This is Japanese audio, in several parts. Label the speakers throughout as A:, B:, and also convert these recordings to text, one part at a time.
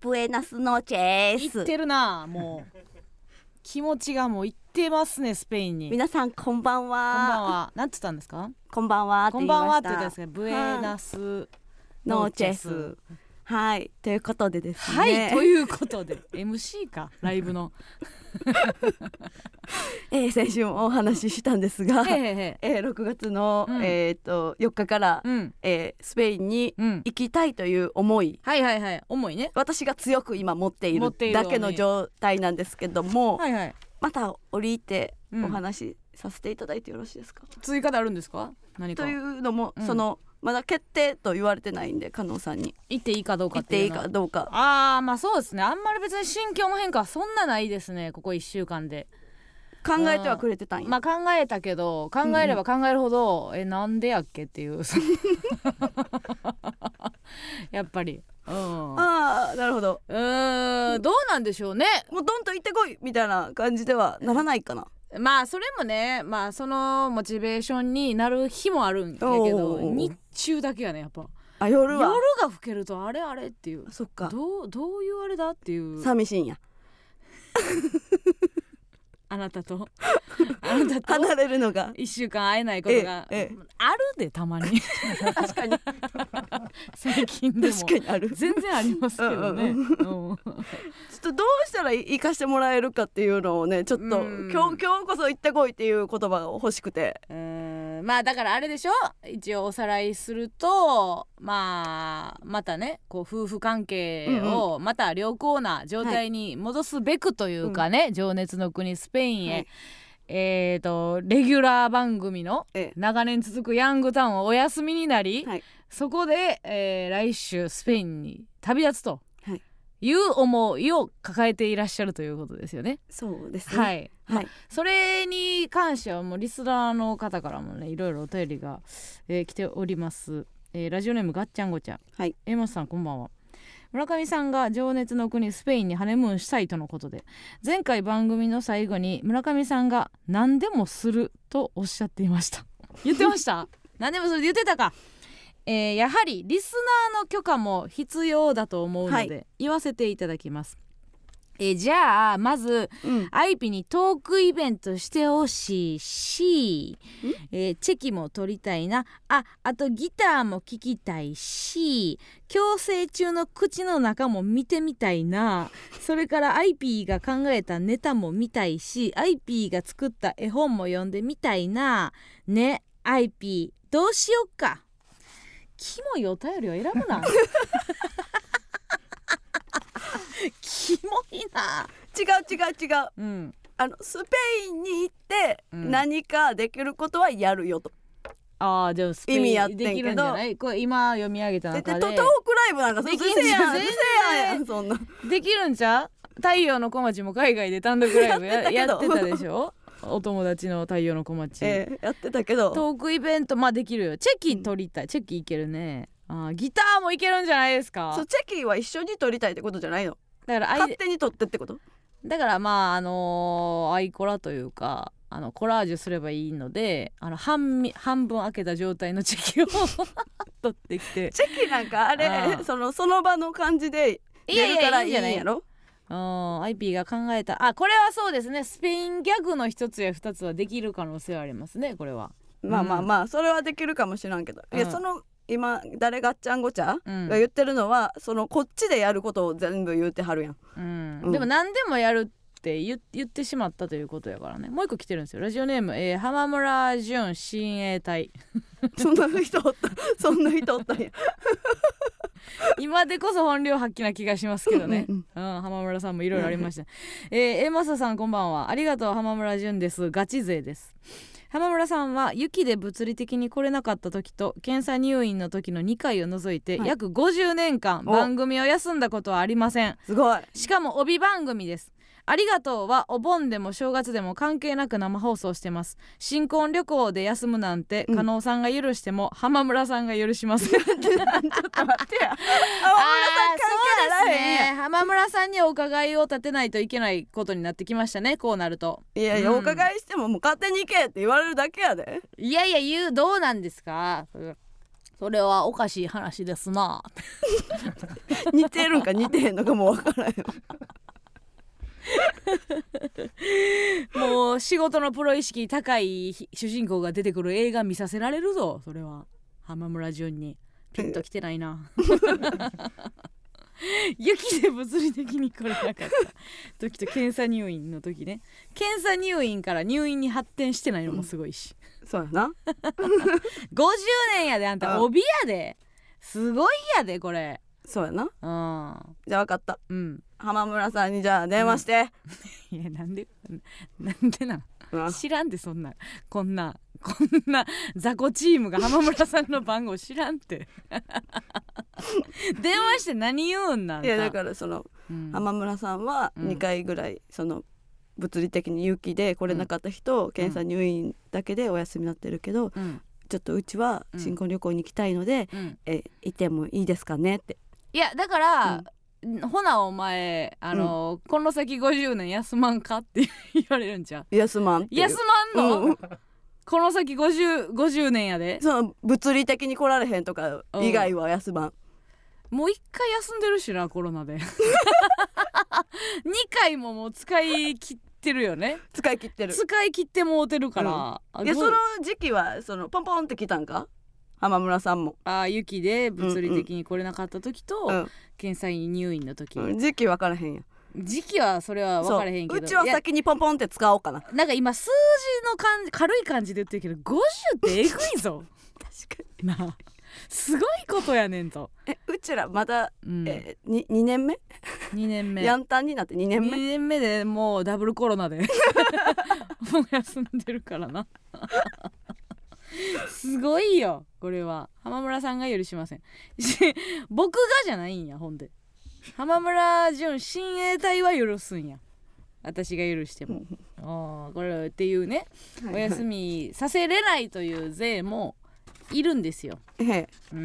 A: ブエナスノチェ
B: 行っ
A: ス
B: てるなもう気持ちがもう行ってますねスペインにこん
A: 皆さんこんばん
B: ばん
A: は
B: はなんつったんですか
A: こんばんは
B: こんばんはって
A: 言
B: 言
A: いま
B: ったんです
A: した
B: けどブエナス
A: ノーチェスはいということでですね
B: はいということで MC かライ ブの
A: えー先週もお話ししたんですが、
B: へへへ
A: えー6月の、
B: うん
A: えー、と4日から、
B: うん
A: えースペインに
B: うん
A: 行きたいという思い
B: はいはいはい重いね
A: 私が強く今持ってい
B: 持
A: る
B: っている
A: だけの状態なんですけども、
B: はいはい
A: また降りて
B: うん
A: お話しさせていただいてよろしいですか、
B: 追加であるんですか何か
A: というのも、
B: うん
A: そのまだ決定と言われてないんで加納さんに
B: 行っていいかどう
A: 行
B: か
A: っ
B: って
A: てい
B: いう
A: い
B: のは
A: かどうか
B: ああまあそうですねあんまり別に心境の変化はそんなないですねここ1週間で
A: 考えてはくれてたんや、
B: まあ考えたけど考えれば考えるほど、えなんでやっけっていう やっぱりうんう
A: ああなるほど
B: ーんどうなんでしょうね
A: もうどんと行ってこいみたいな感じではならないかな
B: まあそれもねまあそのモチベーションになる日もあるんやけど
A: おー
B: 日中だけやねやっぱ
A: あ夜
B: 夜
A: は
B: が更けるとあれあれっていう
A: そっか
B: どうどういうあれだっていう
A: 寂しいんや
B: あなたとあなたと
A: 離れるのが
B: 一週間会えないことが
A: えええ
B: あるでたまに
A: 確かに
B: 最近でも
A: 確かにあるちょっ
B: 全然ありますけどね。うん
A: とどうしたら行かしてもらえるかっていうのをねちょっと
B: うん
A: 今日今日こそ行ってこいっていう言葉が欲しくて
B: うーんまあだからあれでしょ一応おさらいするとまあまたねこう夫婦関係をまた良好な状態に戻すべくというかね、情熱の国スペインへ、
A: はい
B: えー、とレギュラー番組の
A: ええ
B: 長年続くヤングタウンをお休みになり、
A: はい
B: そこで、えー来週スペインに旅立つと
A: はい
B: いう思いを抱えていらっしゃるということですよね。
A: そうですね
B: はい、
A: はい
B: それに関してはもうリスナーの方からもねいろいろお便りが、えー来ております、えーラジオネームガッチャンゴチャ
A: はい
B: エモスさんこんばんは村上さんが情熱の国スペインにハネムーンしたいとのことで前回番組の最後に村上さんが何でもするとおっしゃっていました 言ってました何でもするって言ってたかえーやはりリスナーの許可も必要だと思うので、
A: は
B: 言わせていただきます、えーじゃあまず
A: うん
B: アイピにトークイベントしてほしいし、えーチェキも取りたいなああとギターも聴きたいし矯正中の口の中も見てみたいなそれからアイピーが考えたネタも見たいしアイピーが作った絵本も読んでみたいなねアイピーどうしよっかキモいお便りを選ぶなキモいな
A: 違う違う違う
B: うん
A: あのスペインに行って
B: うん
A: 何かできることはやるよと、
B: ああでもスペ
A: 意味
B: イ
A: やって
B: ン
A: んけど
B: できるんじゃないこれ今読み上げた
A: でで
B: 中で
A: トトークライブなんかそ
B: で
A: う
B: きん
A: せやん
B: 全然
A: せややんそんな
B: できるんちゃう太陽の小町も海外で単独ライブやや
A: や
B: っ
A: ってて
B: た
A: たけど
B: でしょお友達の太陽の小町、
A: ええやってたけど
B: トークイベントまあできるよチェキ取りたい、チェキいけるねあーギターもいけるんじゃないですか
A: そうチェキは一緒に撮りたいってことじゃないの
B: だからアイ
A: 勝
B: デ
A: 手に撮ってってこと
B: だからまああのーアイコラというかあのコラージュすればいいのであの半み半分開けた状態のチェキを 取ってきて
A: チェキなんかあれ
B: ああ
A: そのその場の感じで出るからいいん
B: い
A: やろ
B: あー IP が考えたあこれはそうですねスペインギャグの一つや二つはできる可能性はありますねこれは
A: まあまあまあそれはできるかもしらんけど、
B: うん
A: いやその今誰がっちゃんごちゃ、
B: うん
A: が言ってるのはそのこっちでやることを全部言ってはるや ん
B: うん、
A: うん
B: でも何でもやるって言言ってしまったということやからねもう一個来てるんですよラジオネーム、えー、浜村淳親衛隊
A: そんな人おったそんな人おったん や
B: 今でこそ本領発揮な気がしますけどね、う、
A: うん
B: 浜村さんもいろいろありました、えー、えまささんこんばんはありがとう浜村淳ですガチ勢です浜村さんは雪で物理的に来れなかった時と検査入院の時の2回を除いて、
A: はい
B: 約50年間
A: お
B: 番組を休んだことはありません
A: すごい
B: しかも帯番組ですありがとうはお盆でも正月でも関係なく生放送してます新婚旅行で休むなんて
A: うん
B: 加納さんが許しても浜村さんが許します
A: ちょっと待ってや
B: あ
A: あ
B: ーそう
A: 関係あら
B: で
A: へんやん
B: すね浜村さんにお伺いを立てないといけないことになってきましたねこうなると
A: いやいや
B: うん
A: お伺 いしてももう勝手に行けって言われるだけやで
B: いやいや言うどうなんですかそれはおかしい話ですな
A: 似てるんか似てへんのかもわからんよ
B: もう仕事のプロ意識高い主人公が出てくる映画見させられるぞそれは浜村淳にピンときてない な雪で物理的に来れなかった時と検査入院の時ね検査入院から入院に発展してないのもすごいし、
A: そうやな
B: 50年やであんた
A: うん
B: 帯やですごいやでこれ
A: そうやな
B: うん
A: じゃあわかった
B: うん
A: 浜村さんにじゃあ電話して、
B: いやなんでなんでなん
A: うん
B: 知らんでそんなこんなこんな雑魚チームが浜村さんの番号知らんって 電話して何言うんなん
A: いやだからその
B: うん
A: 浜村さんは
B: うん
A: 2回ぐらいその物理的に雪で来れなかった人、検査入院だけでお休みになってるけど、
B: うん
A: ちょっとうちは新婚旅行に行きたいので、
B: うん
A: えいてもいいですかねって
B: いやだから、ほなお前あの、この先50年休まんかって言われるんちゃう
A: 休まんっていう
B: 休まんの、
A: うん
B: この先 50, 50年やで
A: その物理的に来られへんとか以外は休まん
B: もう一回休んでるしなコロナで2回ももう使い切ってるよね
A: 使い切ってる
B: 使い切ってもうてるから、
A: いや
B: ど
A: そうの時期はそのポンポンって来たんか浜村さんも、
B: あ雪で物理的に来れなかった時と、
A: うん
B: 検査院入院の時、
A: うん時期分からへんやん
B: 時期はそれは分からへんけど
A: そううちはい
B: や
A: 先にポンポンって使おうかな確
B: なんか今数字の感じ軽い感じで言ってるけど50ってえぐいぞ
A: か
B: なあすごいことやねんと、
A: にえうちらまだ、
B: うん、2
A: えー、に2年目
B: 年目
A: ヤンタンになって2年
B: 2
A: 目
B: 年目でもうダブルコロナで もう休んでるからな すごいよこれは浜村さんが許しませんし僕がじゃないんやほんで浜村淳親衛隊は許すんや私が許してもあーこれっていうねお休みさせれないという税もいるんですよ
A: み、ええ
B: うー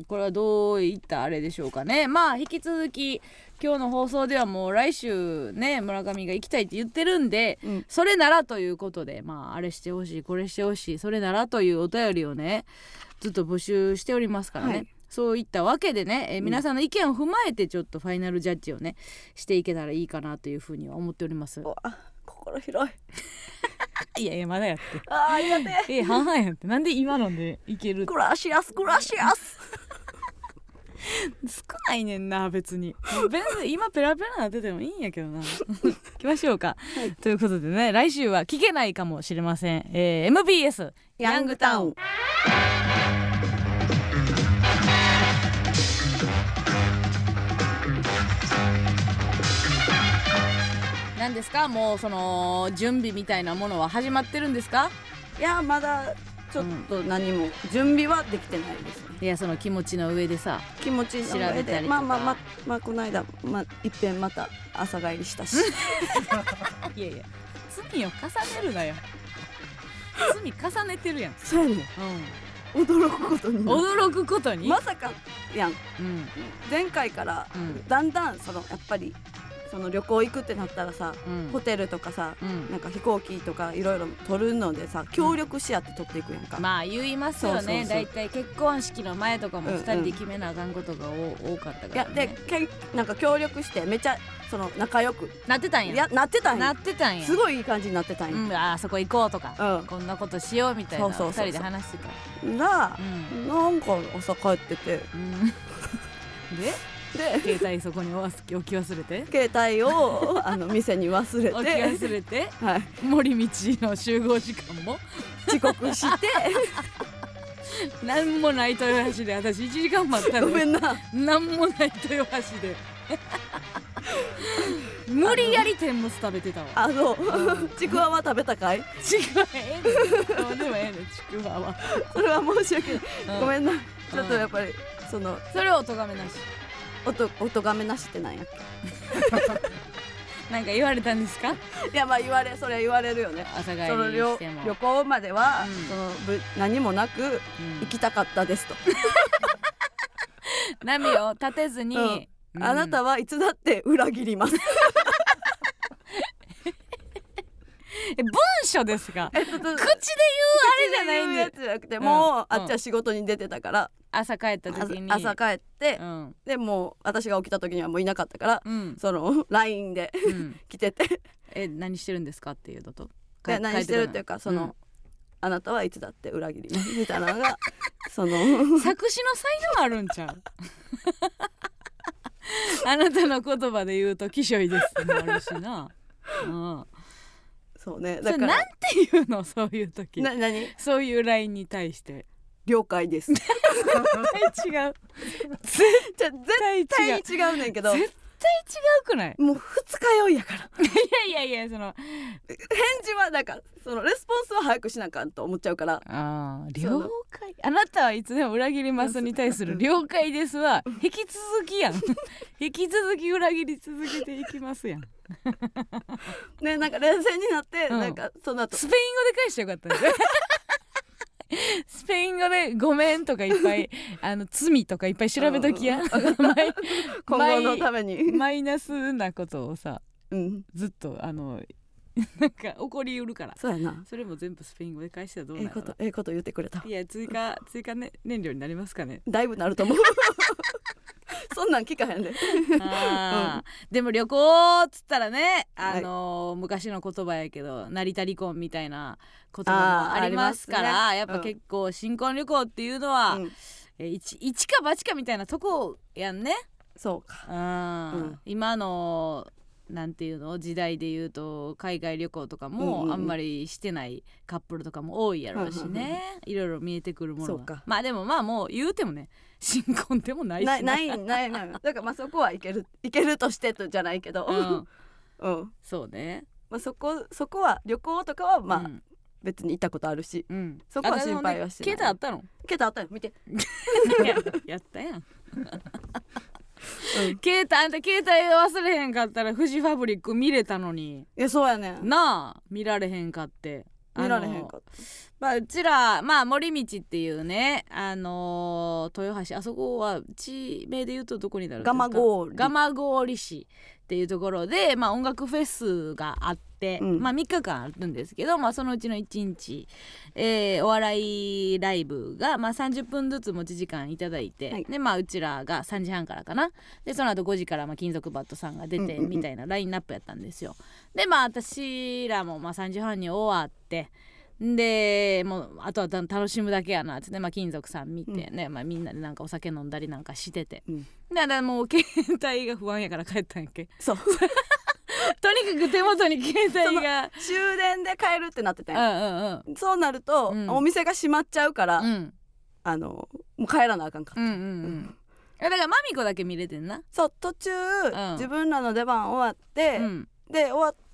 B: んこれはどういったあれでしょうかねまあ引き続き今日の放送ではもう来週ね村上が行きたいって言ってるんで
A: うん
B: それならということでまああれしてほしいこれしてほしいそれならというお便りをねずっと募集しておりますからね、
A: はい
B: そういったわけでね、えー皆さんの意見を踏まえてちょっとファイナルジャッジをねしていけたらいいかなというふうには思っております
A: うわ心広い
B: いやいやまだやっ
A: あーありがてえ
B: てえ半々やってなんで今のでいける
A: グラシアスグラシアス
B: 少ないねんな別に別に今ペラペラなっててもいいんやけどな 行きましょうか、ということでね来週は聞けないかもしれません、えー MBS ヤングタウンなんですかもうその準備みたいなものは始まってるんですか
A: いやまだちょっと何も準備はできてないですね
B: いやその気持ちの上でさ
A: 気持ちの
B: 調べ
A: 上
B: た
A: で
B: りとか
A: まあまあまあまあこの間まあ一遍また朝帰りした し
B: いやいや罪を重ねる なよ罪重ねてるやん、
A: そうやね驚くことに
B: うん、
A: なる
B: 驚くことに、
A: まさかやん
B: うん
A: 前回から
B: うん
A: だんだんそのやっぱりその旅行行くってなったらさ
B: うん
A: ホテルとかさ
B: うん
A: なんか飛行機とかいろいろ取るのでさ協力し合って取っていくやんか、
B: まあ言いますよ
A: そうそう
B: ね
A: そう
B: だいたい結婚式の前とかも
A: うんう
B: 2
A: ん
B: 人で決めなあかんことがお多かった
A: い
B: か
A: や
B: ら、
A: で
B: ね、
A: けんなんか協力してめちゃその仲良く
B: なってたん
A: い
B: や
A: やなってたん
B: な
A: や
B: ってたんや
A: すごいいい感じになってたん
B: うん、あーそこ行こうとか、
A: や
B: こんなことしようみたいな
A: そうそうそうそ
B: 2
A: う
B: 人で話してた
A: うんが
B: うん
A: なんか朝帰ってて
B: うん で
A: で
B: 携帯そこに置き置き忘れて
A: 携帯をあの店に忘 れ
B: 置き
A: て、
B: 忘れて
A: はい、
B: 森道の集合時間も
A: 遅刻して
B: 何もない豊橋で私1時間待った
A: ご
B: の
A: めんな
B: 何もない豊橋 で 無理やり天むす食べてたわ
A: あの
B: うん
A: ちくわは食べたか い
B: ちくわええねんどうでもええねんちくわは、
A: それは申し訳ない、
B: う
A: ごめんなちょっと
B: うん
A: やっぱりその
B: それをお咎めな し
A: おとおとがめなしってなんやっ
B: なんか言われたんですか
A: けいやまあ言われそれ言われるよね
B: 朝帰り
A: その旅
B: しても
A: 旅行までは、
B: うん
A: そのぶ何もなく
B: うん
A: 行きたかったですと、
B: 波を立てずに、
A: うん
B: うん
A: あなたはいつだって裏切ります
B: え文書ですか
A: えっと
B: 口で言うあれじゃないん
A: や
B: で
A: つじゃなくてもう、
B: うん
A: あっちは仕事に出てたから
B: 朝帰った時に
A: あ朝帰って、
B: うん
A: でもう私が起きた時にはもういなかったから、
B: うん、
A: その LINE で
B: うん、
A: 来てて
B: え何してるんですかっていう のと
A: で何してるっていうかその、、あなたはいつだって裏 切りますみたいなのがその
B: 帰ってこないうん作詞の才能あるんちゃうあなたの言葉で言うと気性いですもあるしな、うん、
A: そうね
B: そ
A: だ
B: れ
A: か
B: な
A: ら
B: んて言うのそういう 時
A: な何
B: そういうラインに対して
A: 了解 です絶
B: 絶対違う絶
A: 対
B: 対違
A: 対
B: う絶
A: に違うねんけ ど
B: 対違うくない
A: もう二日酔いやから
B: いやいやいやその
A: 返事はなんかそのレスポンスは早くしなあかんと思っちゃうから
B: あー
A: その
B: 了解あなたはいつでも裏切りますに対する了解ですは引き続きやん引き続き裏切り続けていきますやん
A: ねなんか冷静になって、
B: うん
A: なんかその後
B: スペイン語で返してよかったねスペイン語で「ごめん」とかいっぱい「あの罪」とかいっぱい調べときや
A: 今後のため
B: マイ
A: に、
B: マイナスなことをさ
A: うん
B: ずっとあのなんか起こりうるから
A: そうやな
B: それも全部スペイン語で返したらどう
A: ええ
B: な
A: こ
B: る
A: と
B: の
A: ええこと言ってくれた
B: いや追加追加、ね、燃料になりますかね
A: だいぶなると 思うそんなん聞かへんで
B: あーでも旅行っつったらねあのー昔の言葉やけど成田離婚みたいな言葉
A: あー
B: もありますか
A: ありま
B: ら
A: すね
B: やっぱ
A: うん
B: 結構新婚旅行っていうのは、
A: うん
B: えー一一か八かみたいなとこやんね、
A: そうか
B: うん
A: うん
B: 今のなんていうの時代で言うと海外旅行とか
A: うんうんうん
B: もあんまりしてないカップルとかも多いやろうしね、いろいろ見えてくるもの
A: そう
B: が
A: か
B: まあでもまあもう言うてもね 新婚でもないし
A: ないないない ないだからまあそこはいけるいけるとしてとじゃないけど、
B: う
A: うん
B: ん、そうね
A: まあ、そこそこは旅行とかはま
B: う
A: あ
B: ん
A: 別に行ったことあるし、
B: うん、
A: そこは心配はしてない
B: あでもね
A: け
B: 携帯あったの
A: どあったよ見て、
B: いややったやん携帯あんた携帯忘れへんかったらフジファブリック見れたのに
A: いやそうやねん
B: なあ見られへんかって
A: 見られへんかっ
B: まあ、うちら、まあ、森道っていうね、あのー豊橋あそこは地名で言うとどこになるんですか
A: 蒲郡
B: 蒲郡市っていうところで、まあ、音楽フェスがあって、
A: うん
B: まあ、3日間あるんですけど、まあ、そのうちの1日、えーお笑いライブが、まあ、30分ずつ持ち時間いただいて、
A: はい
B: でまあ、うちらが3時半からかなでその後5時から、まあ、金属バットさんが出て
A: うんうんうん
B: みたいなラインナップやったんですよ。でまあ私らもまあ3時半に終わってでもうあとはた楽しむだけやなっつって、まあ、金属さん見てね、まあ、みんなでなんかお酒飲んだりなんかしてて
A: た、うん、
B: だからもう携帯が不安やから帰ったんやっけ
A: そう
B: とにかく手元に携帯が
A: 終電で帰るってなってた
B: うん
A: や
B: ん
A: そうなると、
B: うん
A: お店が閉まっちゃうから、
B: うんうん
A: あのもう帰らなあかんかった、
B: うんうんうんだからマミコだけ見れてんな
A: そう途中、
B: ん
A: 自分らの出番終わっ
B: う
A: て、
B: ん
A: で終わって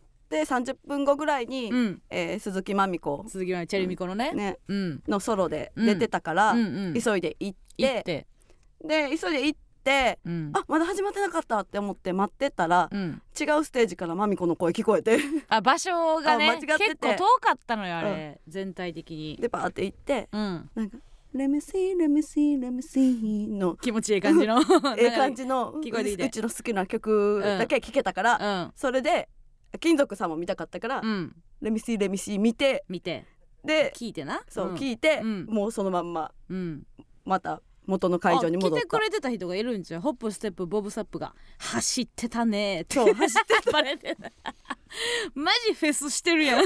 A: 30分後ぐらいに、
B: うん
A: えー鈴木まみ子、
B: 鈴木まみチェルミコのね
A: ね、
B: うん
A: のソロで出てたから、
B: うんうん
A: 急いで行っ
B: 行ってて
A: で急いで行って
B: うん
A: あまだ始まってなかったって思って待ってたら、
B: うん
A: 違うステージからまみこの声聞こえて
B: あ場所が
A: あ
B: ね
A: 間違って
B: 結
A: て
B: 構遠かったのよあれ全体的に
A: でバーって行って
B: うん、
A: なんか「レムシーレムシーレムシー」の
B: 気持ちいい感じの
A: ええ 感じの
B: 聞こえてきて
A: うちの好きな曲だけ聞けたから、
B: うん
A: それで金属さんも見たかったから「
B: うん
A: レミシーレミシー」見て
B: 見て
A: で
B: 聞いてな
A: そう、
B: ん
A: 聞いて、
B: うん
A: もうそのまんま
B: うん
A: また元の会場に戻
B: あ
A: っ
B: 来てく
A: た。
B: れてた人がいるんじゃうホップステップボブサップが走ってたねーって
A: そう走って
B: バレてた マジフェスしてるや ん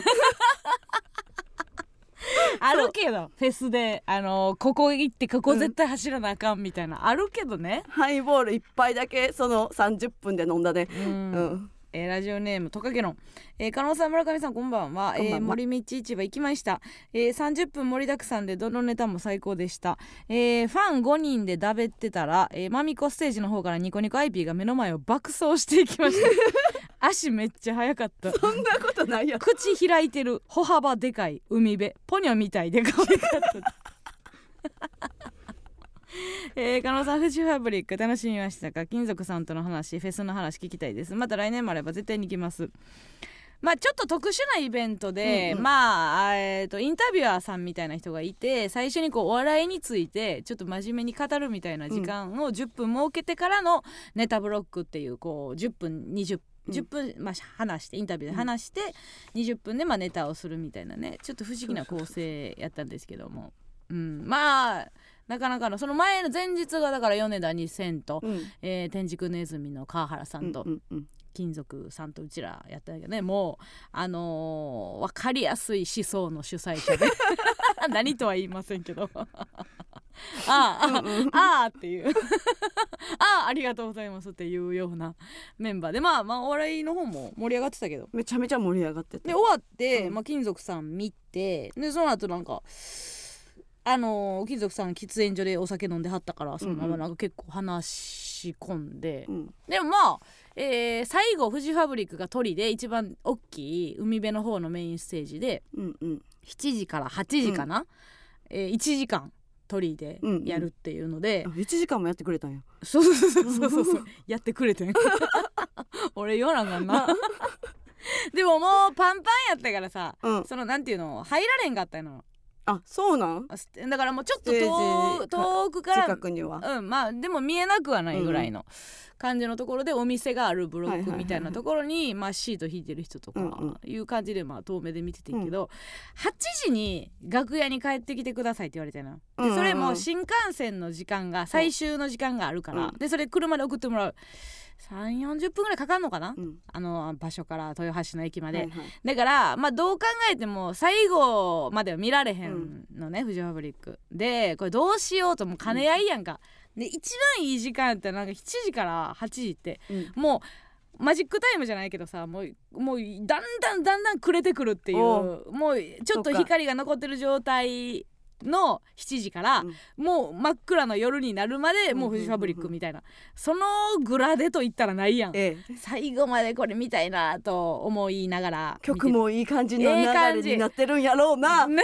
B: あるけどフェスであのーここ行ってここ絶対走らなあかんみたいな、あるけどね
A: ハイボール一杯だけその30分で飲んだね。
B: う
A: うんん、
B: えーラジオネームトカゲロン、えー、加納さん村上さんこんばんは
A: こんばんは
B: えー森道市場行きました、えー、30分盛りだくさんでどのネタも最高でした、えーファン5人でだべってたら、えーマミコステージの方からニコニコ IP が目の前を爆走していきました 足めっちゃ速かった
A: そんなことないやろ。
B: 口開いてる歩幅でかい海辺ポニョみたいで可愛かった。 えー、加納さんフジファブリック楽しみましたか金属さんとの話フェスの話聞きたいですまた来年もあれば絶対に行きますまあちょっと特殊なイベントで、
A: うんうん
B: まあ、えー、とインタビュアーさんみたいな人がいて最初にこうお笑いについてちょっと真面目に語るみたいな時間を10分設けてからのネタブロックっていうこう10分20
A: うん
B: 10分、まあ、話してインタビューで話して、20分でまあネタをするみたいなねちょっと不思議な構成やったんですけども、うん、まあなかなかのその前の前日がだから米田2000と、
A: うん
B: えー天竺ネズミの川原さんと
A: うんうん
B: 金属さんとうちらやったんやけどねもうあのー、分かりやすい思想の主催 者で何とは言いませんけどああ、
A: うんうん
B: あーっていう ああありがとうございますっていうようなメンバーでまあまあお笑いの方も盛り上がってたけど
A: めちゃめちゃ盛り上がって
B: で
A: て
B: 終わって、
A: うん
B: まあ、金属さん見てでその後なんかあのー金属さん喫煙所でお酒飲んではったからそのままなんか結構話し込んで、
A: うん
B: でもまあ、えー最後フジファブリックが鳥で一番大きい海辺の方のメインステージで
A: うんうん
B: 7時から8時かな、えー1時間鳥で
A: うんうん
B: やるっていうので、
A: あ一時間もやってくれたんや
B: そうそうそうそうそう そうやってくれてん 俺言わなあか んなでももうパンパンやったからさ
A: うん
B: そのなんていうの入られんかったの
A: あそうなん
B: ステだからもうちょっと
A: ステー
B: 遠
A: ジ
B: 遠くから
A: 近くには
B: うん、まあでも見えなくはないぐらいの感じのところでお店があるブロ
A: はい
B: ッ
A: はい
B: ク
A: はい
B: みたいなところにまあシート引いてる人と
A: うんう
B: かいう感じでまあ遠目で見ててんけど8時に楽屋に帰ってきてくださいって言われてな
A: うんうんう
B: で
A: ん
B: それも新幹線の時間が最終の時間があるから
A: うん
B: でそれ車で送ってもらう3 4 0分ぐらいかかんのかな
A: うん
B: あの場所から豊橋の駅ま
A: は
B: で
A: いはい
B: だからまあどう考えても最後までは見られへんのね、フジファブリックでこれどうしようともう兼ね合いやんか、で一番いい時間やったらなんか7時から8時って
A: うん
B: もうマジックタイムじゃないけどさもうもうだんだんだんだん暮れてくるっていう
A: お
B: もうちょっ
A: そ
B: と
A: っか
B: 光が残ってる状態の7時から、
A: うん
B: もう真っ暗の夜になるまでもうフジファブリックみたいな、そのグラデと言ったらないやん
A: ええ
B: 最後までこれ見たいなと思いながら見て
A: 曲もいい感じの
B: ええ感
A: 流
B: じ
A: れになってるんやろうな
B: ね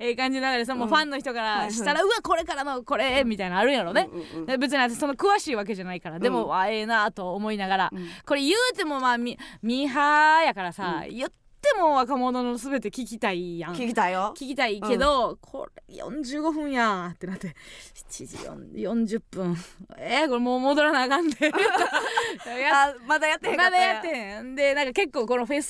B: ええ感じながらさもう
A: うん
B: ファンの人からしたら、うわこれからのこれみたいなのあるんやろね、
A: うんうんうん
B: で別に私その詳しいわけじゃないからで
A: う
B: も、
A: ん
B: わあええなと思いながら、
A: うん
B: これ言うてもまあミミーハーやからさ、言っても若者の全て聞きたいやん
A: 聞きたいよ
B: 聞きたいけど、これ45分やってなって7時40分えー、これもう戻らなあ かんで やっ
A: あまだやってへんか
B: ま
A: った
B: だ
A: ん
B: やってんでなんか結構このフェ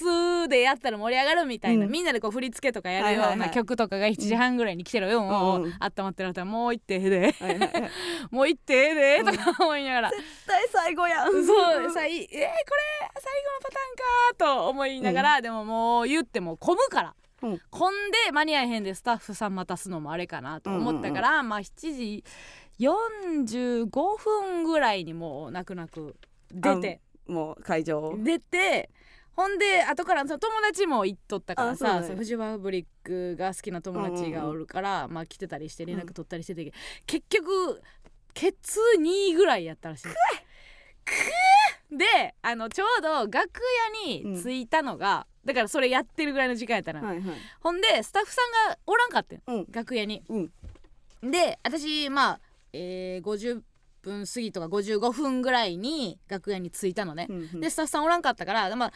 B: スでやったら盛り上がるみたいな、
A: うん
B: みんなでこう振り付けとかや
A: は
B: る
A: い
B: よ
A: はいうは
B: ない曲とかが7時半ぐらいに来てるよ、もう、
A: うんうん
B: あったまってなったらもう行ってええで
A: はいはいはい
B: もう行ってええでとか思いなが ら、
A: 絶対最後やん
B: そうさいえー、これ最後のパターンかと思いながら、でももう言っても混むから。
A: うん
B: 混んで間に合えへんでスタッフさん待たすのもあれかなと思ったから、まあ7時45分ぐらいにもう泣く泣く出て
A: もう会場を
B: 出てほんで後からその友達も行っとったから
A: あそう
B: さ
A: なんや
B: そうフジファブリックが好きな友達がおるから、まあ来てたりして連絡取ったりしてて、結局ケツ2位ぐらいやったらしい。くえであのちょうど楽屋に着いたのが、だからそれやってるぐらいの時間やったな、
A: はいはい
B: ほんでスタッフさんがおらんかってん、
A: うん
B: 楽屋に。
A: うん
B: で私まあ、えー50分過ぎとか55分ぐらいに楽屋に着いたのね。
A: うんうん
B: でスタッフさんおらんかったから、まあ、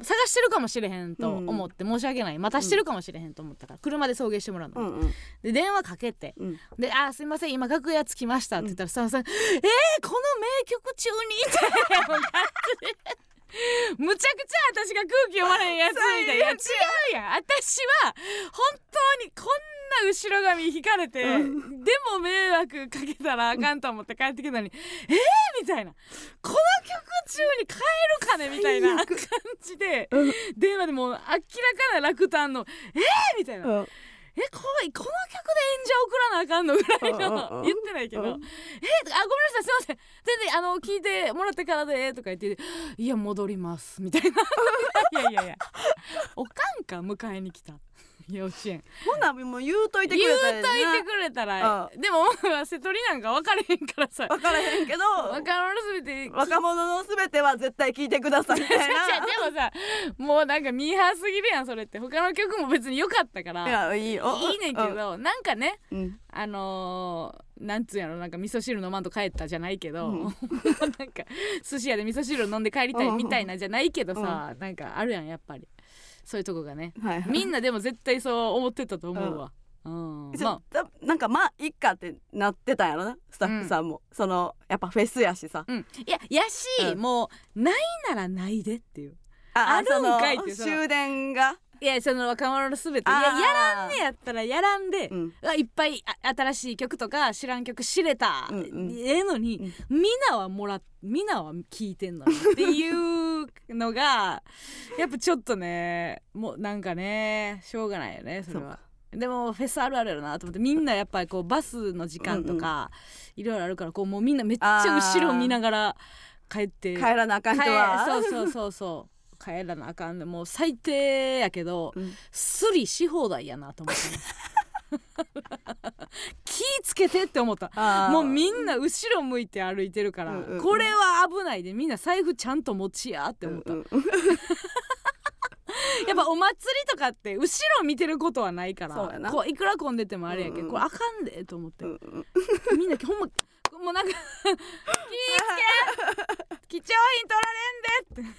B: 探してるかもしれへんと思って、申し訳ないまたしてるかもしれへんと思ったから車で送迎してもらうの、
A: うんうん
B: で電話かけて
A: うん
B: 「であーすいません今楽屋着きました」って言ったらスタッフさん「えー、この名曲中に」ってもうガッツリむちゃくちゃ私が空気読まれへんやつみたいな「いや違うやん私は本当にこんな後ろ髪引かれて、
A: うん
B: でも迷惑かけたらあかんと思って帰ってきたのに「えー!」みたいな「この曲中に帰るかね」みたいな感じで
A: うん
B: 電話でもう明らかな落胆の「えー!」みたいな。
A: うん
B: えこいこの曲で演者送らなあかんのぐらい
A: うんうんう
B: の
A: ん
B: 言ってないけど「えあご
A: う
B: めん
A: ん
B: なさいすいません全然あの聞いてもらってからで」とか言って「いや戻ります」みたい な「いやいやいやおかんか迎えに来た幼稚園」
A: ほなもう言うといて
B: 言
A: く
B: う
A: れたら
B: といて
A: な
B: くれたらでも瀬戸りなんか分かれへんからさ
A: 分からへんけど
B: 若者すべて
A: 若者のすべては絶対聞いてくださ いみたい
B: 違
A: な
B: う違うでもさもうなんかミーハーすぎるやんそれって他の曲も別に良かったから
A: いやいいよ
B: いいねんけどなんかね
A: うんうん
B: あのー、なんつうんやろなんか味噌汁飲まんと帰ったじゃないけど、
A: うん
B: なんか寿司屋で味噌汁飲んで帰りたいみたいなじゃないけどさ、なんかあるやんやっぱりそういうとこがね
A: はいはい
B: みんなでも絶対そう思ってたと思うわ、うん
A: ちょ
B: ま
A: だなんかまあいっかってなってたんやろなスタッフさんも、そのやっぱフェスやしさ
B: あ、うん、いややし、
A: うん
B: もうないならないでっていう
A: あ
B: あるんかいって
A: そ
B: そ
A: の
B: の
A: 終電が
B: いやその若者のすべていや
A: あー
B: やらんねやったらやらんで、
A: うん
B: あいっぱいあ新しい曲とか知らん曲知れた、
A: うんうん
B: ええのに、みんなはもらみんなは聞いてんのにっていうの がやっぱちょっとねもうなんかねしょうがないよねそ
A: そ
B: れ
A: う
B: は。でもフェスあるあるやろなと思ってみんなやっぱりこうバスの時間とかいろいろあるからこうもうみんなめっちゃ後ろ見ながら帰って
A: 帰らなあかん人は
B: 帰そうそうそうそう帰らなあかんねもう最低やけど、
A: うん
B: スリし放題やなと思ったの気ぃつけてって思った
A: あー
B: もうみんな後ろ向いて歩いてるから、
A: うんうんうん
B: これは危ないでみんな財布ちゃんと持ちやって思った、
A: うんうん
B: やっぱお祭りとかって後ろ見てることはないから
A: そうやな
B: こういくら混んでてもあれやけど、
A: うんうん
B: これあかんでと思って、
A: うんうん
B: みんなほんまもうなんか「気ぃつけ貴重品 取られんで」って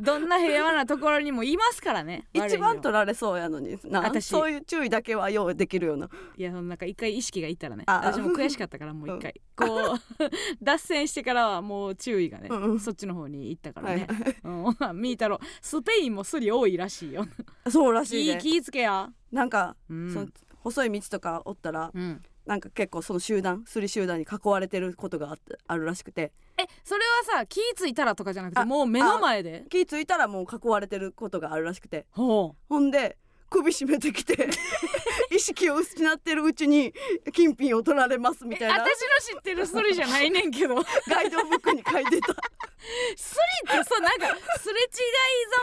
B: どんな平和なところにもいますからね
A: 一番取
B: ら
A: られそうやのにな
B: 私
A: そういう注意だけはようできるようない
B: やそのなんか一回意識がいったらね
A: あ
B: 私も悔しかったからもう一回こう 脱線してからはもう注意がね、
A: うんうん
B: そっちの方に行ったからね、うん、 みーたろうスペインもスリ多いらしいよ
A: そうら
B: 気
A: しいね
B: ぃ気ぃつけや
A: なんか、
B: うん
A: その細い道とかおったら
B: うん
A: なんか結構その集団すり集団に囲われてることがあってあるらしくて
B: えそれはさ気ぃついたらとかじゃなくて
A: あ
B: もう目の前で
A: 気付いたらもう囲われてることがあるらしくて
B: ほ
A: ほんで首絞めてき て意識を失ってるうちに金品を取られますみ
B: うえ
A: たい
B: 私の
A: な
B: 知って るスリじゃないねんけど
A: ガイドブックに書いて た
B: スリってそうなんかすれ違いざ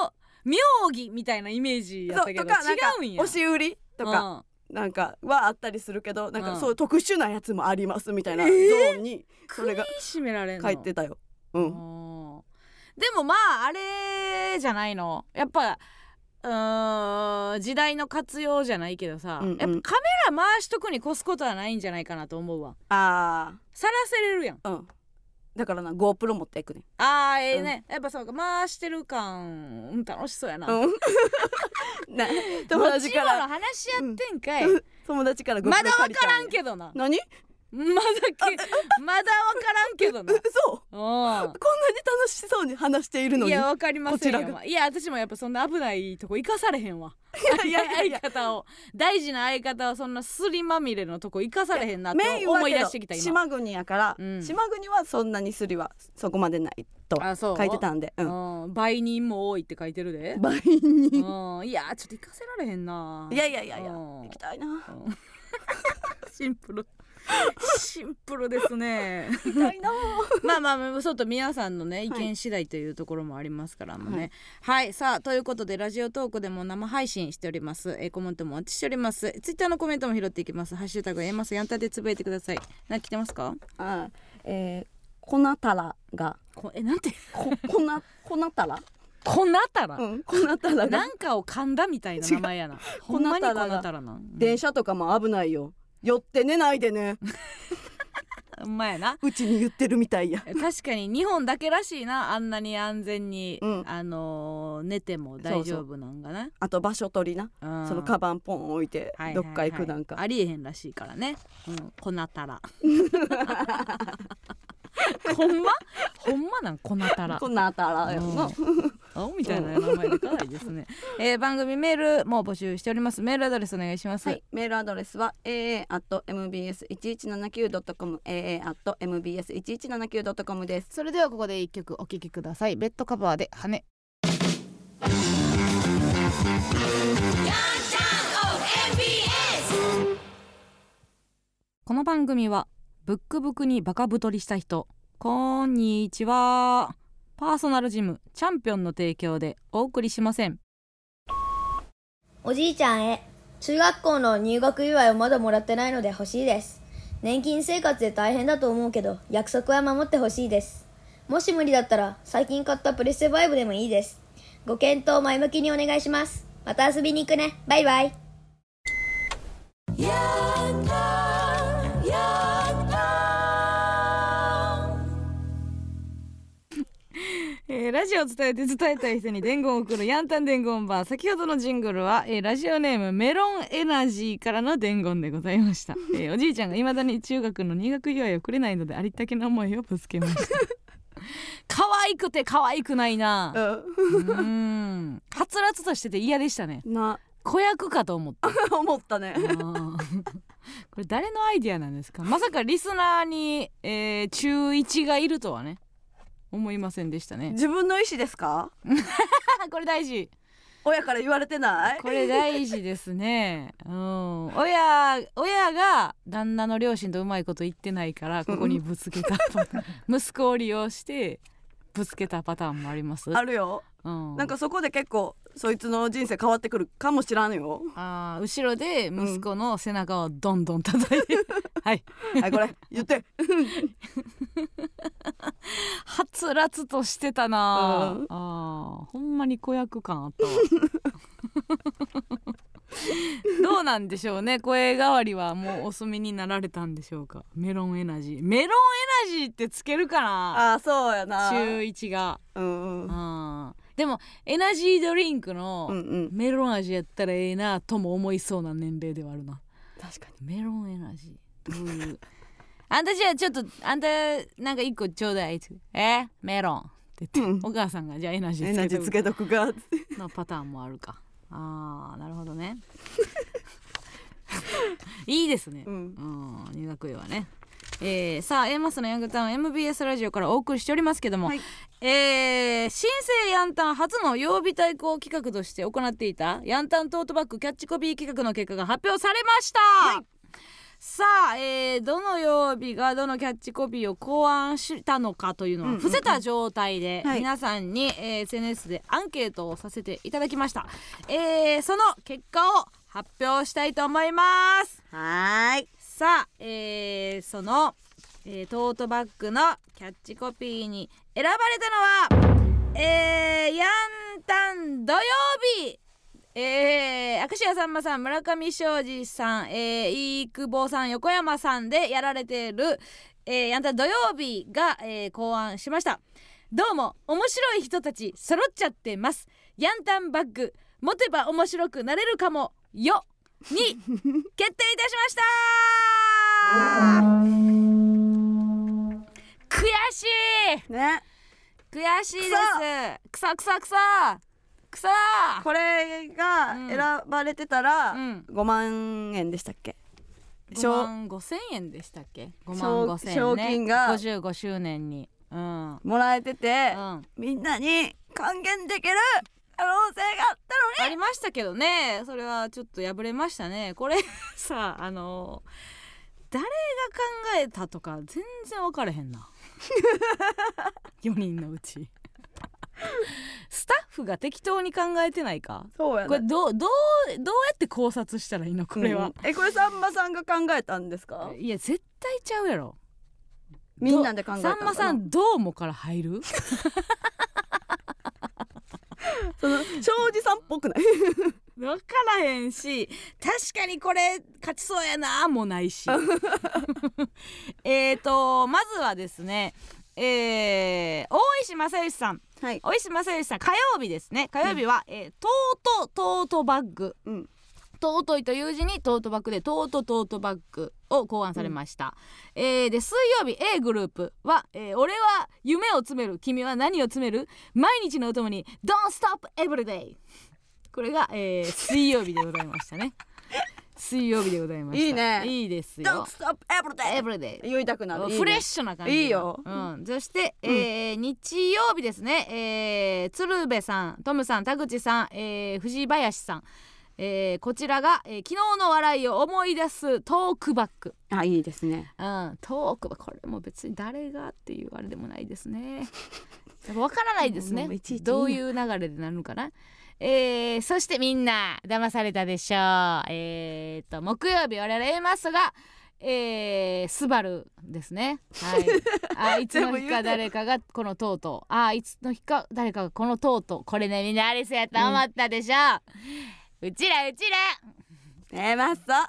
B: まの妙義みたいなイメージやった
A: そう
B: けど
A: とかなんか
B: 違うんや
A: 押し売りとか、
B: うん
A: なんかはあったりするけどなん
B: うん
A: かそういう特殊なやつもありますみたいな
B: え
A: ゾ
B: ー
A: ーンにそ
B: 首
A: れが
B: 絞められんの
A: 書いてたよ。う
B: うん
A: ん、
B: でもまああれじゃないのやっぱうーん時代の活用じゃないけどさ、
A: うんうん
B: やっぱカメラ回しとくに越すことはないんじゃないかなと思うわ
A: あ
B: さらせれるやん
A: あうんだからな GoPro 持っていくね。
B: あーええね、やっぱそうか回してる感うん楽しそうやな、
A: うん、 な友達か
B: 持ち
A: ら
B: 物話し合ってんかい、
A: 友達から GoPro
B: まだわ
A: 借り
B: か
A: た
B: ら
A: や
B: んけどな
A: 何
B: まだけまだわからんけどな
A: 嘘。こ
B: うん
A: んなに楽しそうに話 しているの
B: い
A: に。
B: やわかりません
A: こちら
B: よ
A: が
B: いや私もやっぱそんな危ないとこ行かされへんわ
A: いやいやいや
B: 相方を大事な相方をそんなすりまみれのとこ行かされへんなと
A: メインは
B: 思い出してきた
A: けど
B: 今
A: 島国やから、
B: うん
A: 島国はそんなにすりはそこまでないと
B: あそう
A: 書いてたんで、うん、
B: うん売人も多いって書いてるで
A: 倍に、
B: うんいやちょっと行かせられへんない
A: やいやいやいや、
B: うん
A: 行きたいな
B: うん シンプルシンプルですね
A: 行きたい な
B: まあまあまあちょっと皆さんのね意
A: はい
B: 見次第というところもありますからもうねはい、さあということでラジオトークでも生配信しております、えーコメントもお待ちしておりますツイッターのコメントも拾っていきますハッシュタグエマスヤンタでつぶやいてくださいなんか来てますか
A: あえー、こなたらが
B: こえなんて
A: ここなこな たら
B: こなたら、
A: うんこなたらが
B: なんかを噛んだみたいな名前やなほんまにこなたらなうん
A: 電車とかも危ないよ寄って寝ないでね
B: ほんまやな
A: うちに言ってるみたいや
B: 確かに日本だけらしいなあんなに安全に、
A: うん
B: あのー寝ても大丈夫なんかな
A: あと場所取りな
B: うん
A: そのカバンポン置いて
B: はいはい
A: ど
B: はい
A: っか行くなんか、
B: ありえへんらしいからね、うん、こな たらほんまほんまなんこなたら
A: こんなあたらよな
B: 青みたいな名前でかないですね、えー番組メールも募集しておりますメールアドレスお願いします、
A: はい、メールアドレスは aa.mbs1179.com aa.mbs1179.com です
C: それではここで一曲お聴きくださいベッドカバーで羽
B: この番組はブックブクにバカ太りした人こんにちはパーソナルジムチャンピオンの提供でお送りしません
D: おじいちゃんへ中学校の入学祝いをまだもらってないので欲しいです年金生活で大変だと思うけど約束は守ってほしいですもし無理だったら最近買ったプレステ5でもいいですご検討前向きにお願いしますまた遊びに行くねバイバイ
B: えーラジオを伝えて伝えたい人に伝言を送るヤンタン伝言版先ほどのジングルは、えーラジオネームメロンエナジーからの伝言でございました、えーおじいちゃんが未だに中学の入学祝いをくれないのでありったけの思いをぶつけました可愛愛くて可愛くないな
A: う
B: うーんはつらつとしてて嫌でしたね
A: んな
B: 子役かと思った
A: 思ったね
B: あー これ誰のアイディアなんですかまさかリスナーに、えー中1がいるとはね思いませんでしたね
A: 自分の意思ですか
B: あ これ大事
A: 親から言われてない
B: これ大事ですね。うん、親親が旦那の両親とうまいこと言ってないからここにぶつけたパター ン、息子を利用してぶつけたパターンもあります。
A: あるよ
B: うん、
A: なんかそこで結構そいつの人生変わってくるかもしらん よ
B: あー後ろで息子の背中をどんどん叩 いて、はい、
A: はいこれ言って
B: はつらつとしてたな
A: うん。
B: あーほんまに子役感あったわ。 どうなんでしょうね声変わりはもうお墨になられたんでしょうかメロンエナジーメロンエナジーってつけるか
A: あ
B: な
A: あそうやな
B: 中1が、
A: うんうんうん
B: うん、でもエナジードリンク
A: う
B: の
A: ん
B: メロン味やったらええなとも思いそうな年齢ではあるな
A: 確かに
B: メロンエナジーどういうあんたじゃあちょっとあんたなんか一個ちょうだいってえメロンって言って、
A: うん
B: お母さんがじゃあエナジ
A: エナ
B: ー
A: ジ
B: つ
A: ーつ
B: け
A: けとくかって
B: て のパターンもあるかあーなるほどね いいですね、
A: うん
B: うん、入学へはね。えー、さあ A マスのヤングタウン MBS ラジオからお送りしておりますけども、
A: はい
B: えー新生ヤンタン初の曜日対抗企画として行っていたヤンタントートバッグキャッチコピー企画の結果が発表されました、さあ、えーどの曜日がどのキャッチコピーを考案したのかというのは
A: うんうんうん
B: 伏せた状態で
A: はい
B: 皆さんに、えー SNS でアンケートをさせていただきました、えーその結果を発表したいと思います
A: はーい
B: さあ、えーその、えートートバッグのキャッチコピーに選ばれたのは、えー、ヤンタン土曜日えー、明石家さんまさん村上庄司さん、えー、飯久保さん横山さんでやられている、えー、ヤンタン土曜日が、えー考案しましたどうも面白い人たち揃っちゃってますヤンタンバッグ持てば面白くなれるかもよに決定いたしました悔しい
A: ね
B: 悔しいですくさくさくさくさ
A: これが
B: うん
A: 選ばれてたら
B: うん
A: 5万円でしたっけ
B: 5万5千円でしたっけ5万5千円
A: 賞
B: ね
A: 金が
B: 55周年にうん、うん、
A: もらえてて
B: あ
A: みんなに還元できる可能性があったのに
B: りましたけどねそれはちょっと破れましたねこれさあの誰が考えたとか全然分かれへんな4人のうちスタッフが適当に考えてないか
A: そうや
B: これどうどうどうやって考察したらいいのこれは、
A: えこれさんまさんが考えたんですか
B: いや絶対ちゃうやろ
A: みんなで考えたのか
B: さ
A: なん
B: まさん「どうも」から入る
A: その庄司さんっぽくない
B: 分からへんし確かにこれ勝ちそうやなもないしえーとまずはですねえー大石正義さん
A: はい
B: 大石正義さん火曜日ですね火曜日は、えートートトートバッグ
A: うん
B: 尊いという字にトートバッグでトートトートバッグを考案されました、えーで水曜日 A グループは、えー俺は夢を詰める君は何を詰める毎日のお供に Don't stop every day これが、えー水曜日でございました ね水曜日でございました
A: いいね
B: いいですよ
A: Don't stop everything
B: every day
A: 言いたくなるいいね
B: フレッシュな感じが
A: いいよ
B: うん、そして、えー日曜日ですね、えー鶴瓶さんトムさん田口さん、えー藤林さん、えーこちらが、えー昨日の笑いを思い出すトークバック、
A: あいいですね
B: うん、トークバックこれも別に誰がっていうあれでもないですねやっぱ分からないですね
A: もういちいちいいな
B: どういう流れでなるのかなえーそしてみんな騙されたでしょうえー、と木曜日我々 A マスがえー、スバルですね はいあいつの日か誰かがこのトートあいつの日か誰かがこのトートこれねみんなアリスやと思ったでしょううちらうちら
A: えまっさ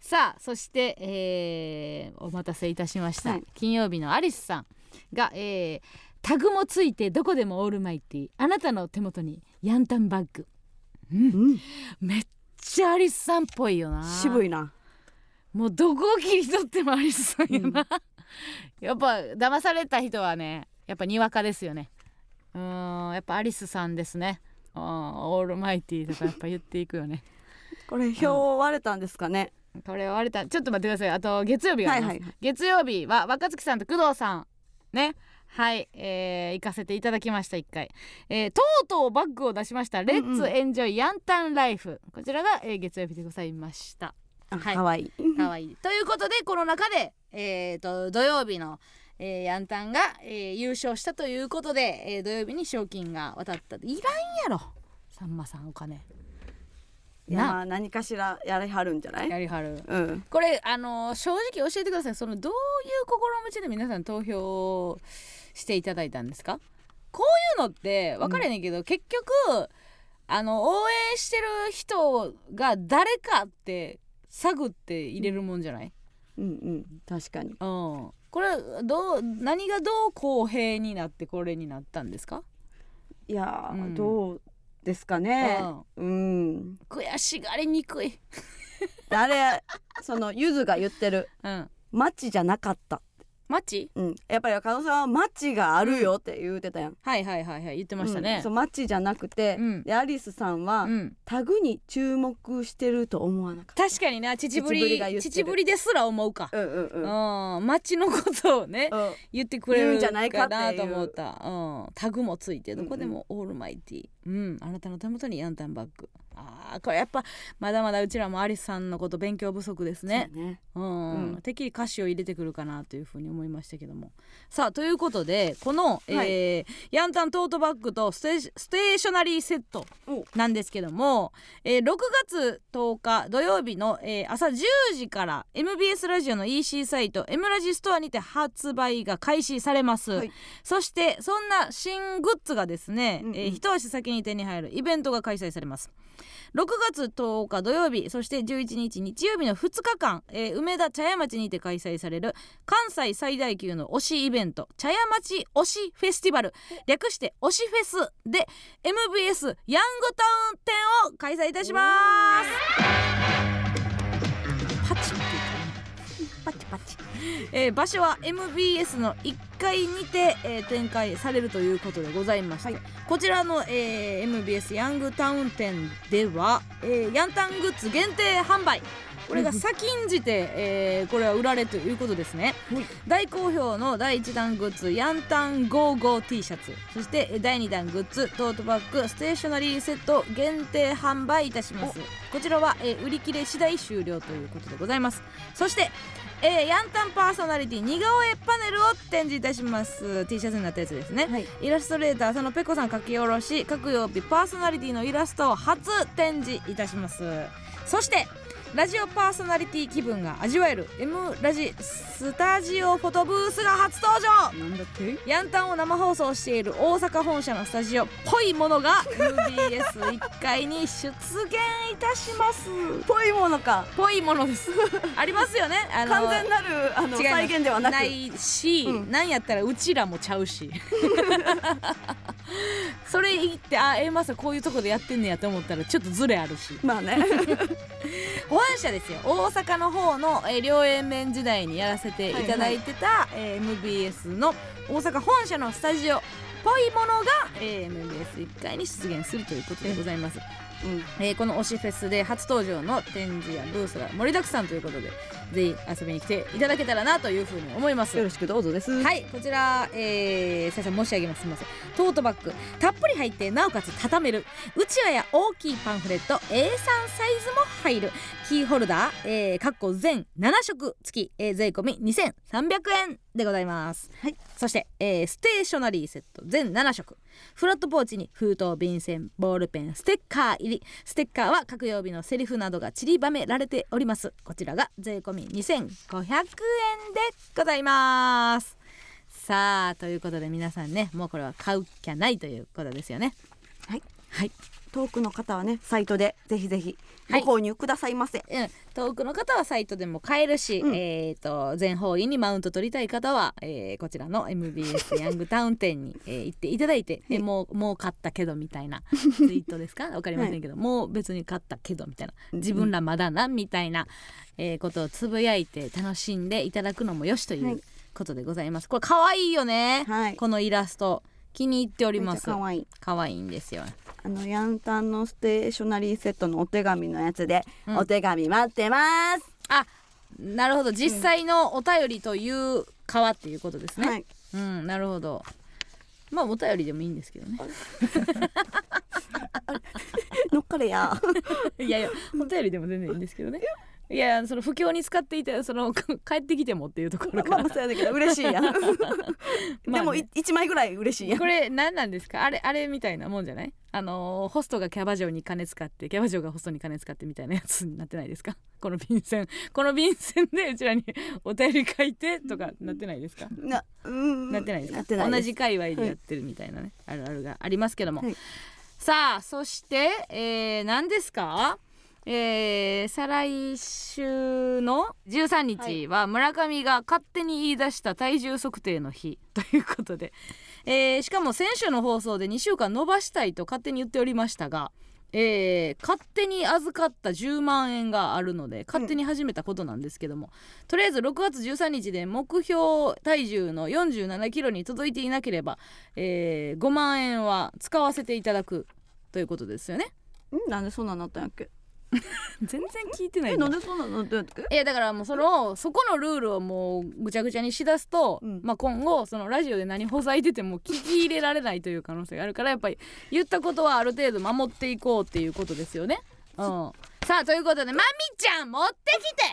B: さあそして、えーお待たせいたしました、
A: はい
B: 金曜日のアリスさんが、えータグもついてどこでもオールマイティーあなたの手元にヤンタンバッグ
A: うん
B: めっちゃアリスさんっぽいよな
A: 渋
B: い
A: いな
B: もうどこを切り取ってもアリ スさんやな、やっぱ騙された人はねやっぱにわかですよねうーんやっぱアリスさんですねうんオールマイティーとかやっぱ言っていくよね
A: これ票割れたんですかね、
B: これ割れたちょっと待ってくださいあと月曜日があります、
A: はいはいはい
B: 月曜日は若月さんと工藤さんねはい、えー行かせていただきました一回、えーとうとうバッグを出しました「レッツエンジョイヤンタンライフ」こちらが、えー月曜日でございました
A: あ
B: はい
A: 可愛い
B: かわいいということでこの中でえー、と土曜日の、えーヤンタンが、えー優勝したということで、えー土曜日に賞金が渡ったいらんやろさんまさんお金
A: いやま
B: な
A: あ何かしらやりはるんじゃない
B: やりはる
A: うん
B: これあの正直教えてくださいそのどういう心持ちで皆さん投票していただいたんですかこういうのって分からへんねんけど、結局あの応援してる人が誰かって探って入れるもんじゃない、
A: うんうん確かに
B: うん、これどう何がどう公平になってこれになったんですか
A: いやー、
B: うん
A: どうですかねうん
B: 悔しがりにくい、
A: 誰そのゆずが言ってる
B: うん、
A: マッチじゃなかった
B: マッチ
A: うんやっぱり加納さんはマッチがあるよって言うてたやん、
B: はいはいはいはい言ってました
A: う
B: ね
A: ん、そうマッチじゃなくて、
B: うん
A: でアリスさんは、
B: うん、
A: タグに注目してると思わなかっ
B: 確かにな秩父
A: 秩父が言
B: り
A: ってる
B: 秩父りですら思うか
A: たうんうんうん
B: うん、街のことをね
A: うん
B: 言ってくれる
A: 言うんじゃないかっていう
B: なと思った、うん、タグもついて
A: うんう
B: ど
A: ん
B: こでもオールマイティー、うんあなたの手元にヤンタンバッグあーこれやっぱまだまだうちらもアリスさんのこと勉強不足ですね
A: そうね
B: うん、
A: うん
B: てっきり歌詞を入れてくるかなというふうに思いましたけどもさあということでこの、
A: はい
B: えーヤンタントートバッグとステーシステーショナリーセット
A: お
B: なんですけども、えー6月10日土曜日の、えー朝10時から MBS ラジオの EC サイト M ラジストアにて発売が開始されます、
A: はい
B: そしてそんな新グッズがですね、
A: うんうん
B: えー一足先に手に入るイベントが開催されます6月10日土曜日そして11日日曜日の2日間、えー梅田茶屋町にて開催される関西最大級の推しイベント茶屋町推しフェスティバル略して推しフェスで MBS ヤングタウン展を開催いたしますパチッて言ったねパチパチ、えー場所は MBS の1階にて、えー展開されるということでございまして、
A: はい
B: こちらの、えー MBS ヤングタウン店では、えーヤンタングッズ限定販売これが先んじて、えーこれは売られるということですね、
A: はい
B: 大好評の第1弾グッズヤンタン 55T シャツそしてえー第2弾グッズトートバッグステーショナリーセット限定販売いたしますこちらは、えー売り切れ次第終了ということでございますそしてえーヤンタンパーソナリティ似顔絵パネルを展示いたします T シャツになったやつですね、
A: はい
B: イラストレーター佐野ペコさん書き下ろし各曜日パーソナリティのイラストを初展示いたしますそしてラジオパーソナリティ気分が味わえる M ラジスタジオフォトブースが初登場
A: なんだって
B: ヤンタンを生放送している大阪本社のスタジオっぽいものが MBS1 階に出現いたします
A: ぽいものか
B: ぽいものです ありますよねあの
A: 完全なるあの
B: 違います
A: 再現ではなく
B: ないし、
A: うん
B: なんやったらうちらもちゃうし それ言ってあ A マスこういうとこでやってんねやと思ったらちょっとズレあるし
A: まあ ね
B: 保安者ですよ大阪の方の、えー両英面時代にやらせていただいてた、えー MBS の大阪本社のスタジオっぽいものが、えー MBS1 階に出現するということでございます
A: うん
B: えーこの推しフェスで初登場の展示やブースが盛りだくさんということでぜひ遊びに来ていただけたらなというふうに思います
A: よろしくどうぞです
B: はいいこちら、えー、再三申し上げますすみませんトートバッグたっぷり入ってなおかつ畳めるうちわや大きいパンフレット A3 サイズも入るキーホルダー、えー、かっこ全7色付き、えー税込み2300円でございます、
A: はい、
B: そして、えーステーショナリーセット全7色フラットポーチに封筒便箋ボールペンステッカー入りステッカーは各曜日のセリフなどが散りばめられておりますこちらが税込み2500円でございますさあということで皆さんねもうこれは買うきゃないということですよね
A: はい
B: はい
A: 遠くの方はねサイトでぜひぜひ
B: は
A: ご購
B: い
A: 入くださいませ、
B: うん、遠くの方はサイトでも買えるし、
A: うん
B: えー、と全方位にマウント取りたい方は、えーこちらの MBS ヤングタウン店に、えー行っていただいて、えもうもう買ったけどみたい なツイートですかわかりませんけど、もう別に買ったけどみたいな自分らまだなみたいな、えーことをつぶやいて楽しんでいただくのもよしとい
A: は
B: う
A: い
B: ことでございます。これ可愛いよね、
A: はい
B: このイラスト気に入っております
A: 可愛いい
B: 可愛いんですよ
A: あのヤンタンのステーショナリーセットのお手紙のやつで、
B: うん
A: お手紙待ってます、
B: あなるほど実際のお便りという川っていうことですね、
A: はい
B: うんなるほどまあお便りでもいいんですけど ね
A: 乗っかれや
B: いやいやお便りでも全然いいんですけどねいやその不況に使っていたその帰ってきてもっていうところか
A: まあ
B: ら
A: まあそうやだけど嬉しいや ん
B: まあね
A: でもい一枚ぐらい嬉しいやん
B: これ何なんですかあれあれみたいなもんじゃないあのーホストがキャバ嬢に金使ってキャバ嬢がホストに金使ってみたいなやつになってないですかこの便箋この便箋でうちらにお便り書いてとかなってないですか
A: なうん
B: なってないですか
A: なってない
B: 同
A: です
B: じ界隈でやってるみたいなね、あるあるがありますけども、
A: はい
B: さあそして、えー、何ですかえー、再来週の13日は村上が勝手に言い出した体重測定の日 ということで、えーしかも先週の放送で2週間伸ばしたいと勝手に言っておりましたが、えー勝手に預かった10万円があるので勝手に始めたことなんですけども、とりあえず6月13日で目標体重の4 7キロに届いていなければ、えー5万円は使わせていただくということですよね
A: うんなんでそんなんなったんやっけ
B: 全然聞いてな
A: え
B: い
A: な
B: なん
A: でそんなんなったんやっけ
B: いやだからもうそのそこのルールをもうぐちゃぐちゃにしだすと、
A: うん
B: まあ、今後そのラジオで何ほざいてても聞き入れられないという可能性があるからやっぱり言ったことはある程度守っていこうっていうことです よね。うん、さあということでまみちゃん持ってきて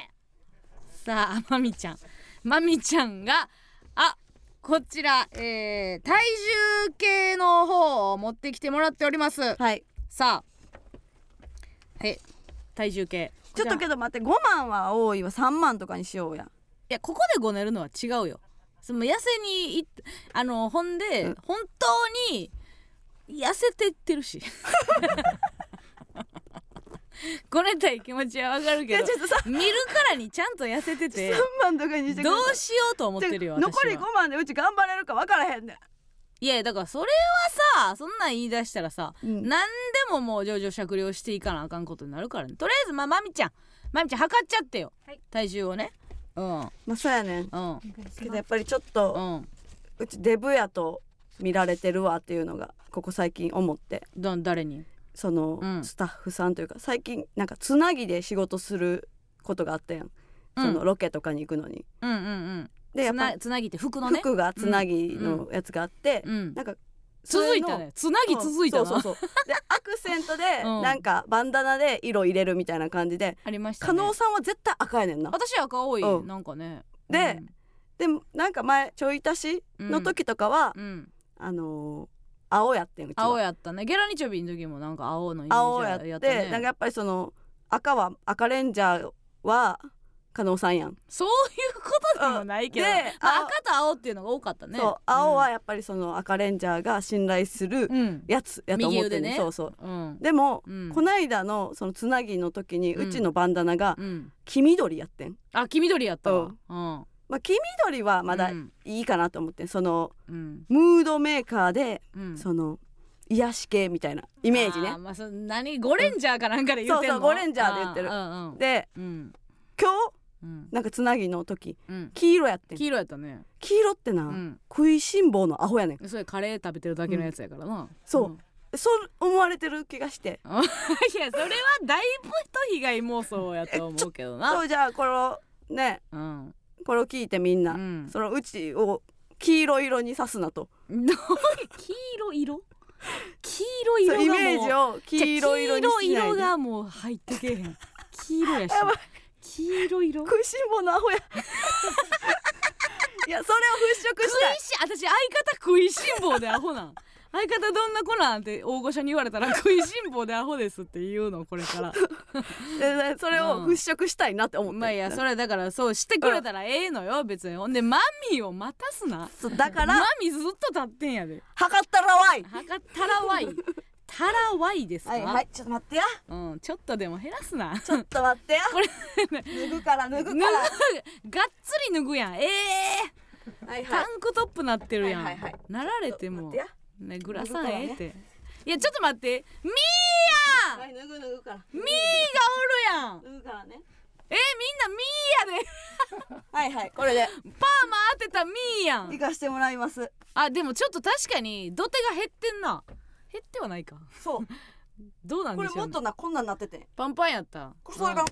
B: さあまみちゃんまみちゃんがあこちら、えー、体重計の方を持ってきてもらっております。
A: はい
B: さあはい体重計
A: ちょっとけど待って5万は多いわ3万とかにしようや
B: いやここでごねるのは違うよその痩せにいっあのほんで、
A: うん
B: 本当に痩せてってるし ごねたい気持ちはわかる
A: い
B: け
A: や
B: ど
A: ちょっとさ
B: 見るからにちゃんと痩せてて
A: 3万とかにしてく
B: ど
A: ださ
B: うしようと思ってるよ
A: で
B: 私は
A: 残り5万でうち頑張れるか分からへんねん
B: いやだからそれはさそんなん言い出したらさ、
A: うん
B: 何でももう上々酌量していかなあかんことになるからねとりあえずまあまみちゃんまみちゃん測っちゃってよ、体重をねうんうん
A: まあそうやねん
B: うん
A: けどやっぱりちょっとうちデブやと見られてるわっていうのがここ最近思って
B: ど誰に
A: その
B: うん
A: スタッフさんというか最近なんかつなぎで仕事することがあったやん
B: うん
A: そのロケとかに行くのに。
B: うんうんうん
A: でや
B: つ
A: っ
B: な
A: ぱ
B: つなぎって服のね。
A: 服がつなぎのやつがあって
B: うん
A: な。んかそ
B: 続
A: れ
B: い
A: の
B: たね。つなぎ続いた
A: そう
B: な。
A: そうそうそうでアクセントで
B: うん
A: なんかバンダナで色入れるみたいな感じで
B: ありましたね。
A: 加納さんは絶対赤やねんな。
B: 私赤多い。
A: うん
B: なんかね。
A: ででなんか前ちょい足しの時とかは
B: うん、うん。
A: あのー青やってんうちは
B: 青やったね。ゲラニチョビの時もなんか青のイメ
A: 青やっ
B: ー
A: て
B: ジやったね。
A: なんかやっぱりその赤は赤レンジャーは加納さんやん、
B: そういうことでもないけど、
A: うんで
B: まあ
A: 青
B: 赤と青っていうのが多かったね。
A: そう青はやっぱりその赤レンジャーが信頼する
B: うん、うん。
A: やつやと思って
B: 右腕
A: る、
B: ね
A: そうそう
B: うん。
A: でも、
B: うん
A: こないだのそのつなぎの時に
B: う
A: うんちのバンダナが
B: うん。
A: 黄緑やってん、
B: あ、黄緑やったわ。
A: うん
B: うん。
A: まあ、黄緑はまだ
B: うん。
A: いいかなと思ってんその
B: うん。
A: ムードメーカーで、
B: うん
A: その癒し系みたいなイメージ
B: あ
A: ね
B: まあ、そ何ゴレンジャーかなんかで言ってんの、
A: そうそうゴレンジャーで言ってる
B: あうんうん。
A: で
B: うん。
A: 今
B: うん
A: 日。なんかつなぎの時
B: うん。
A: 黄色やってん
B: 黄色やったね。
A: 黄色ってな、
B: うん。
A: 食いしん坊のアホやねん
B: それカレー食べてるだけのやつやからな、
A: そうん
B: い
A: そう思われてる気がして
B: やそれはだ いぶ人被害妄想やと思うけど
A: そ
B: な
A: うじゃあこれをね
B: うん、
A: これを聞いてみん
B: う
A: な、
B: ん、
A: そのうちを黄色色に刺すなと
B: どう黄色色黄色
A: そ
B: 色が
A: う
B: もう
A: イメージを
B: じゃあ
A: 黄色色にしな
B: 黄色
A: い
B: 色
A: で
B: がもう入ってけえへん黄色やし
A: やばい
B: 黄色色
A: 食いしん坊のア ホやいやそれを払拭
B: 食い
A: したい
B: し私相方食いしん坊でアホなん相方どんな子なんて大御所に言われたら食いしん坊でアホですって言うのこれから
A: でそれを払拭したいなって思って、
B: まあいやそれはだからそうしてくれたらええのよ別にほんでマミーを待たすな
A: そうだから
B: マミずっと立ってんやで
A: 測ったらわい
B: はかた らわいたらわいですか、
A: はいはいちょっと待ってや
B: うん、ちょっとでも減らすな
A: ちょっと待ってや
B: これ
A: 脱ぐから脱
B: 脱
A: ぐ
B: ぐ
A: か
B: がっ
A: ら
B: つり脱ぐやんええ
A: はいは
B: タ
A: い
B: ンクトップなってるやん、
A: はいはいはい
B: なられて
A: ちょっと待っ
B: も
A: てや
B: ねグラさん
A: 脱ぐから
B: え
A: ね
B: えって、いやちょっと待ってミー
A: は
B: や
A: い脱ぐ脱ぐから
B: ミーがおるやん
A: 脱ぐからね
B: えみんなミーやで
A: はいはいこれで
B: マ当てたミーや
A: 行
B: ん
A: かしてもらいます
B: あでもちょっと確かに土手が減ってんな減ってはないか
A: そう
B: どうなん
A: こ
B: で
A: れ
B: しょ
A: も
B: う、
A: っ
B: ね、
A: となこんなんなってて
B: パンパンやった
A: これそれが
B: うん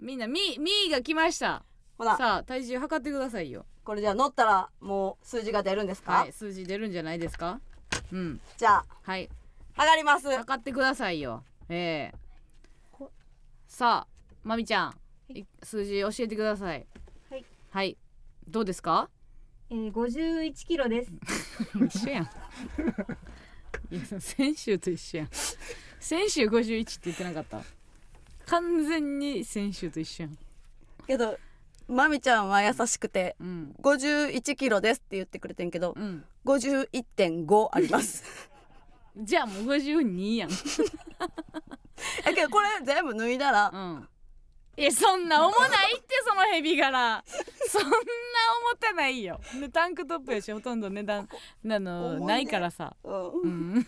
B: みんなミーミーが来ました
A: ほら
B: さあ体重測ってくださいよ
A: これじゃあ乗ったらもう数字が出るんですか、
B: はい数字出るんじゃないですかうん
A: じゃ
B: はい
A: あ上がります
B: 測ってくださいよええさあまみちゃんい数字教えてください
E: はい
B: はいどうですか
E: えー、51キロです。
B: 一緒やんいや先週と一緒やん先週51って言ってなかった完全に先週と一緒やん
A: けどまみちゃんは優しくて
B: うん
A: 51キロですって言ってくれてんけど
B: うん
A: 51.5あります
B: じゃあもう52やん
A: えけどこれ全部脱いだら
B: うんえそんな重ないってそのヘビ柄そんな重たないよでタンクトップやしほとんど値段あの
A: 重いね
B: ないからさ
A: うん、
B: うん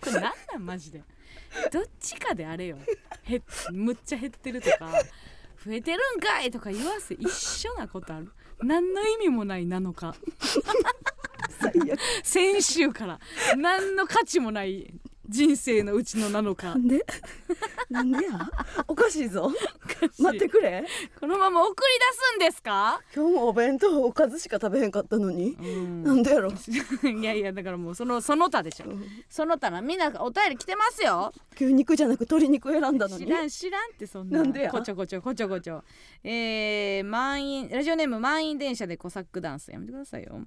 B: これなんなんマジでどっちかであれよへむっちゃ減ってるとか増えてるんかいとか言わせ一緒なことある何の意味もないなのか 先週から何の価値もない人生のうちのなのか
A: なんでなんでやおかしいぞ待ってくれ
B: このまま送り出すんですか、
A: 今日もお弁当おかずしか食べへんかったのに、なんでやろ
B: いやいやだからもうそのその他でしょ、
A: ん
B: その他なみんなお便り来てますよ
A: 牛肉じゃなく鶏肉選んだの
B: 知
A: に
B: らん知らんってそんな
A: なんでや
B: こちょこちょこちょこちょえー、満員ラジオネーム満員電車でコサックダンスやめてくださいよ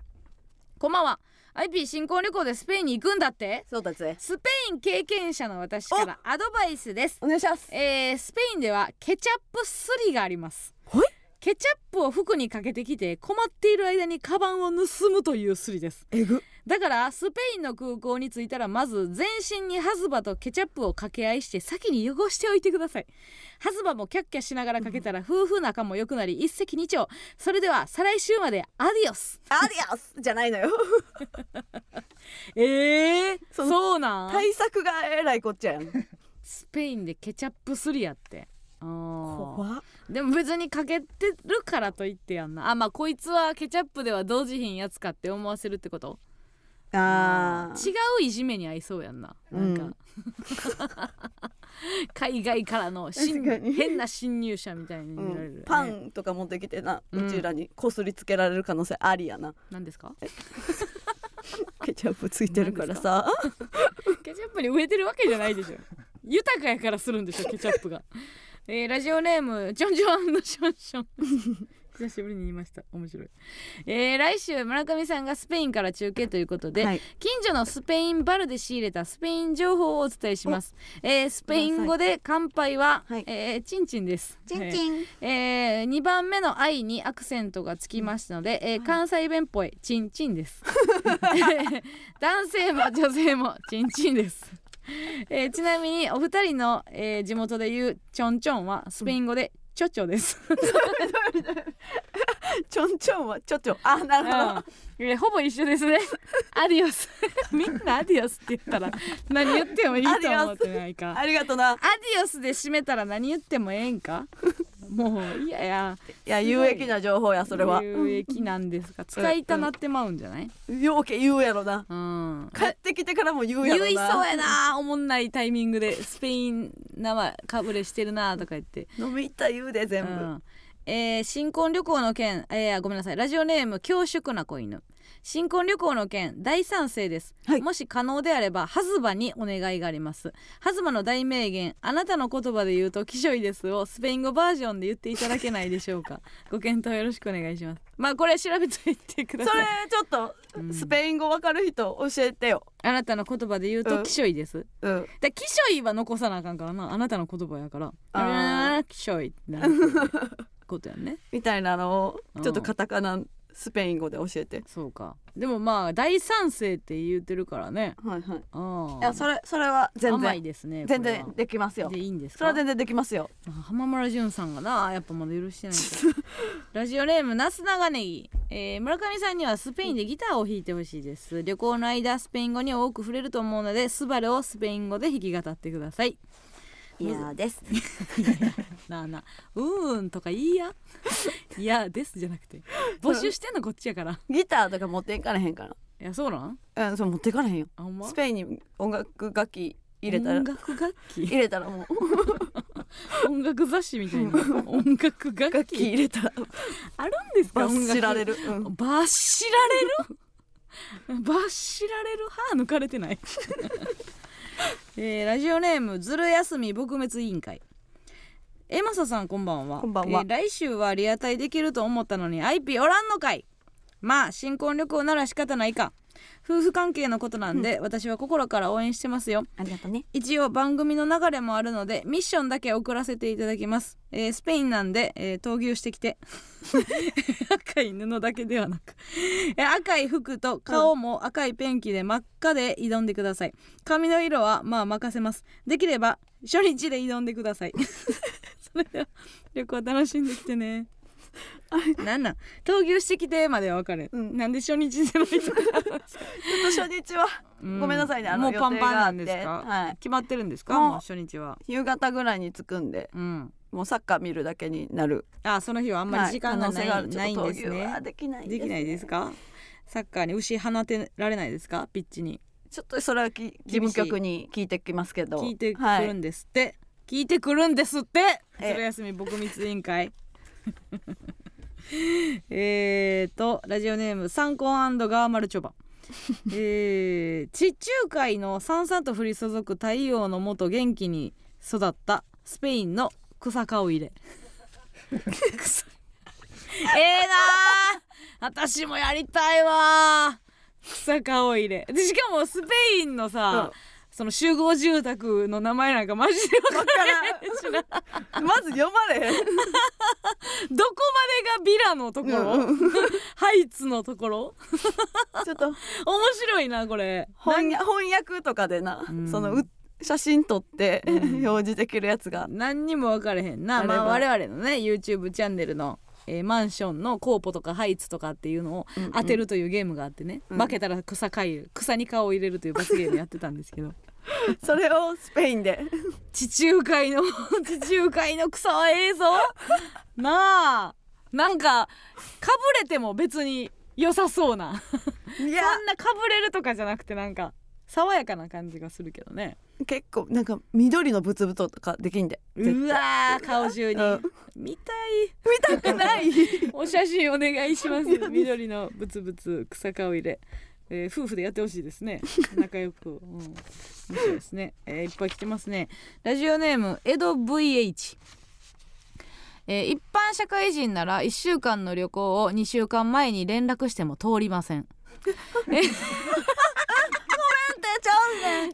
B: こんばんは IP 新婚旅行でスペインに行くんだって
A: そうだぜ
B: スペイン経験者の私からアドバイスです
A: お願いします
B: えースペインではケチャップすりがあります
A: はい
B: ケチャップを服にかけてきて困っている間にカバンを盗むというすりです
A: えぐ
B: だからスペインの空港に着いたらまず全身にハズバとケチャップを掛け合いして先に汚しておいてくださいハズバもキャッキャしながらかけたら夫婦仲も良くなり一石二鳥それでは再来週までアディオス
A: アディアスじゃないのよ
B: えー、
A: そ
B: そううなん
A: 対策がえらいこっちゃやん
B: スペインでケチャップすりやってあー
A: 怖っ
B: でも別にかけてるからといってやんなあまあこいつはケチャップでは同時品やつかって思わせるってこと
A: あー
B: 違ういじめに合いそうやんな
A: う
B: なんんか、 海外からの侵
A: 確かに
B: 変な侵入者みたいに
A: う
B: 見られる、
A: ん、パンとか持ってきてな、う
B: うん
A: ちらにこすりつけられる可能性ありやな
B: なんですか
A: ケチャップついてるからさ
B: ケチャップに植えてるわけじゃないでしょ豊かやからするんでしょケチャップが えーラジオネームジョンジョンション ション久しぶりに言いました面白いえー来週村上さんがスペインから中継ということで、
A: はい
B: 近所のスペインバルで仕入れたスペイン情報をお伝えします、えースペイン語で乾杯は、
A: はい
B: えーチンチンです
E: チンチン。
B: えー、2番目の「愛」にアクセントがつきましたので、えー関西弁っぽい「チンチン」です 男性も女性も「チンチン」です、えーちなみにお二人の、えー地元で言う「ちょんちょん」はスペイン語で「ちょちょ」です、
A: ちょんちょんはちょちょあなるほど、
B: うんえーほぼ一緒ですね アディオスみんなアディオスって言ったら何言ってもいいと思ってないか
A: ありがとな
B: アディオスで締めたら何言ってもええん かもういやいや
A: いや有益な情報やそれは
B: 有益なんですが使いたなってまうんじゃない
A: ようけ言うやろな
B: うん
A: 帰ってきてからも言うや
B: 言
A: ろない
B: そうやなおもんないタイミングでスペインなまかぶれしてるなとか言って、
A: 飲み行った言うで
B: う
A: 全部、
B: んえー新婚旅行の件、えーごめんなさいラジオネーム恐縮な子犬新婚旅行の件大賛成です、
A: はい
B: もし可能であればハズバにお願いがありますハズバの大名言あなたの言葉で言うときしょいですをスペイン語バージョンで言っていただけないでしょ うかご検討よろしくお願いしますまあこれ調べといてください
A: それちょっと、
B: うん
A: スペイン語わかる人教えてよ
B: あなたの言葉で言う
A: うん
B: と「きしょい」です。
A: うん
B: だきしょいは残さなあかんからなあなたの言葉やから「
A: あー
B: あーきしょい」ってなる ことやね。
A: みたいなの
B: う
A: を
B: ん
A: ちょっとカタカナスペイン語で教えて、
B: そうかでもまあ大賛成って言ってるからね
A: はいはい
B: あ
A: いやそ
B: れ
A: れそれは全
B: 甘い
A: 然
B: ですね
A: 全
B: こ
A: 然できます
B: れは
A: よ
B: でいいんです
A: それ
B: か
A: は全然できますよ
B: あ浜村淳さんがなやっぱまだ許してないんだ ラジオネームなす長ネギ、えー村上さんにはスペインでギターを弾いてほしいです旅行の間スペイン語に多く触れると思うのでスバルをスペイン語で弾き語ってください
A: いやです
B: なあなあうーんとかいいや いやですじゃなくて募集してんのこっちやから
A: ギターとか持っていかれへんか
B: いやそうなん
A: らうんそう持っていかれへんよ
B: あほんま
A: スペインに音楽楽器入れたら
B: 音楽楽器
A: 入れたらもう
B: 音楽雑誌みたいな音楽楽
A: 楽
B: 器
A: 器入れたら
B: あるんですか
A: 罰
B: 音楽
A: しられる、うん
B: 罰しられる 罰しられる歯抜かれてない えーラジオネームずる休み撲滅委員会えまささんこんばんは
A: こんばんは
B: えー来週はリアタイできると思ったのに IP おらんのかいまあ新婚旅行なら仕方ないか夫婦関係のことなんで、私は心から応援してますよ
A: ありがとうね
B: 一応番組の流れもあるのでミッションだけ送らせていただきます、えースペインなんで、えー闘牛してきて 赤い布だけではなく、えー赤い服と顔も赤いペンキで真っ赤で挑んでください髪の色はまあ任せますできれば初日で挑んでください それでは旅行楽しんできてねなんなん闘牛してきてまでは分かる、
A: うん
B: なんで初日じゃないとか
A: ちょっと初日は
B: うん
A: ごめんなさいねあの
B: もうパンパンなんです
A: 予定
B: か
A: があってはい
B: 決まってるんですか
A: もう
B: もう初日は
A: 夕方ぐらいに着くんで
B: うん
A: もうサッカー見るだけになる
B: あその日はあんまり時間がない,、ないんですね
A: できない
B: できないです
A: ね
B: かサッカーに牛放てられないですかピッチに
A: ちょっとそれはき事務局に聞いてきますけど
B: 聞いてく
A: は
B: るんですって、聞いてくるんですって
A: ええ
B: 鶴休み撲滅委員会 えーとラジオネームサンコンガーマルチョ バえー地中海のさんさんと降り注ぐ太陽のもと元気に育ったスペインの草顔入れ草ええなー私もやりたいわー草顔入れでしかもスペインのさ、その集合住宅の名前なんかマジで 分からない
A: はいまず読ま れへん
B: どこまでがビラのところ、 ハイツのところ
A: ちょっと
B: 面白いなこれ
A: 翻訳翻訳とかでな、
B: うん
A: そのう写真撮って、
B: うん
A: 表示できるやつ が
B: 何にも分からへんな
A: あれ
B: ま
A: ば
B: あ我々のね YouTube チャンネルの、えーマンションのコーポとかハイツとかっていうのを
A: うんうん
B: 当てるというゲームがあってね、
A: うん
B: 負けたら草かゆ草に顔を入れるという罰ゲームやってたんですけど
A: それをスペインで
B: 地中海の地中海の草はええぞ なあなんかかぶれても別に良さそうない
A: や
B: そんなかぶれるとかじゃなくてなんか爽やかな感じがするけどね
A: 結構なんか緑のブツブツとかできんで
B: うわー顔中に
A: うん
B: 見た
A: 見たくない
B: いお写真お願いします緑のブツブツ草顔入れ、えー夫婦でやってほしいですね仲良く、うん、面白いですね、えーいっぱい来てますねラジオネーム江戸 VH えー一般社会人なら1週間の旅行を2週間前に連絡しても通りません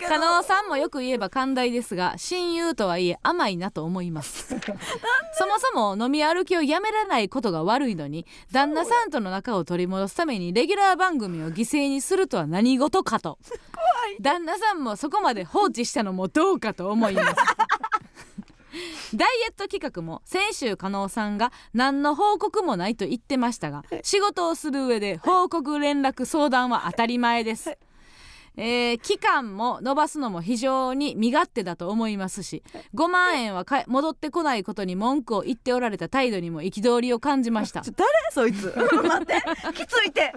B: 加納さんもよく言えば寛大ですが親友とはいえ甘いなと思いますそもそも飲み歩きをやめられないことが悪いのに旦那さんとの仲を取り戻すためにレギュラー番組を犠牲にするとは何事かと旦那さんもそこまで放置したのもどうかと思い ますダイエット企画も先週加納さんが何の報告もないと言ってましたが仕事をする上で報告連絡相談は当たり前ですえー期間も延ばすのも非常に身勝手だと思いますし5万円は返戻ってこないことに文句を言っておられた態度にも憤りを感じました
A: ちょ誰そいつ待ってきついて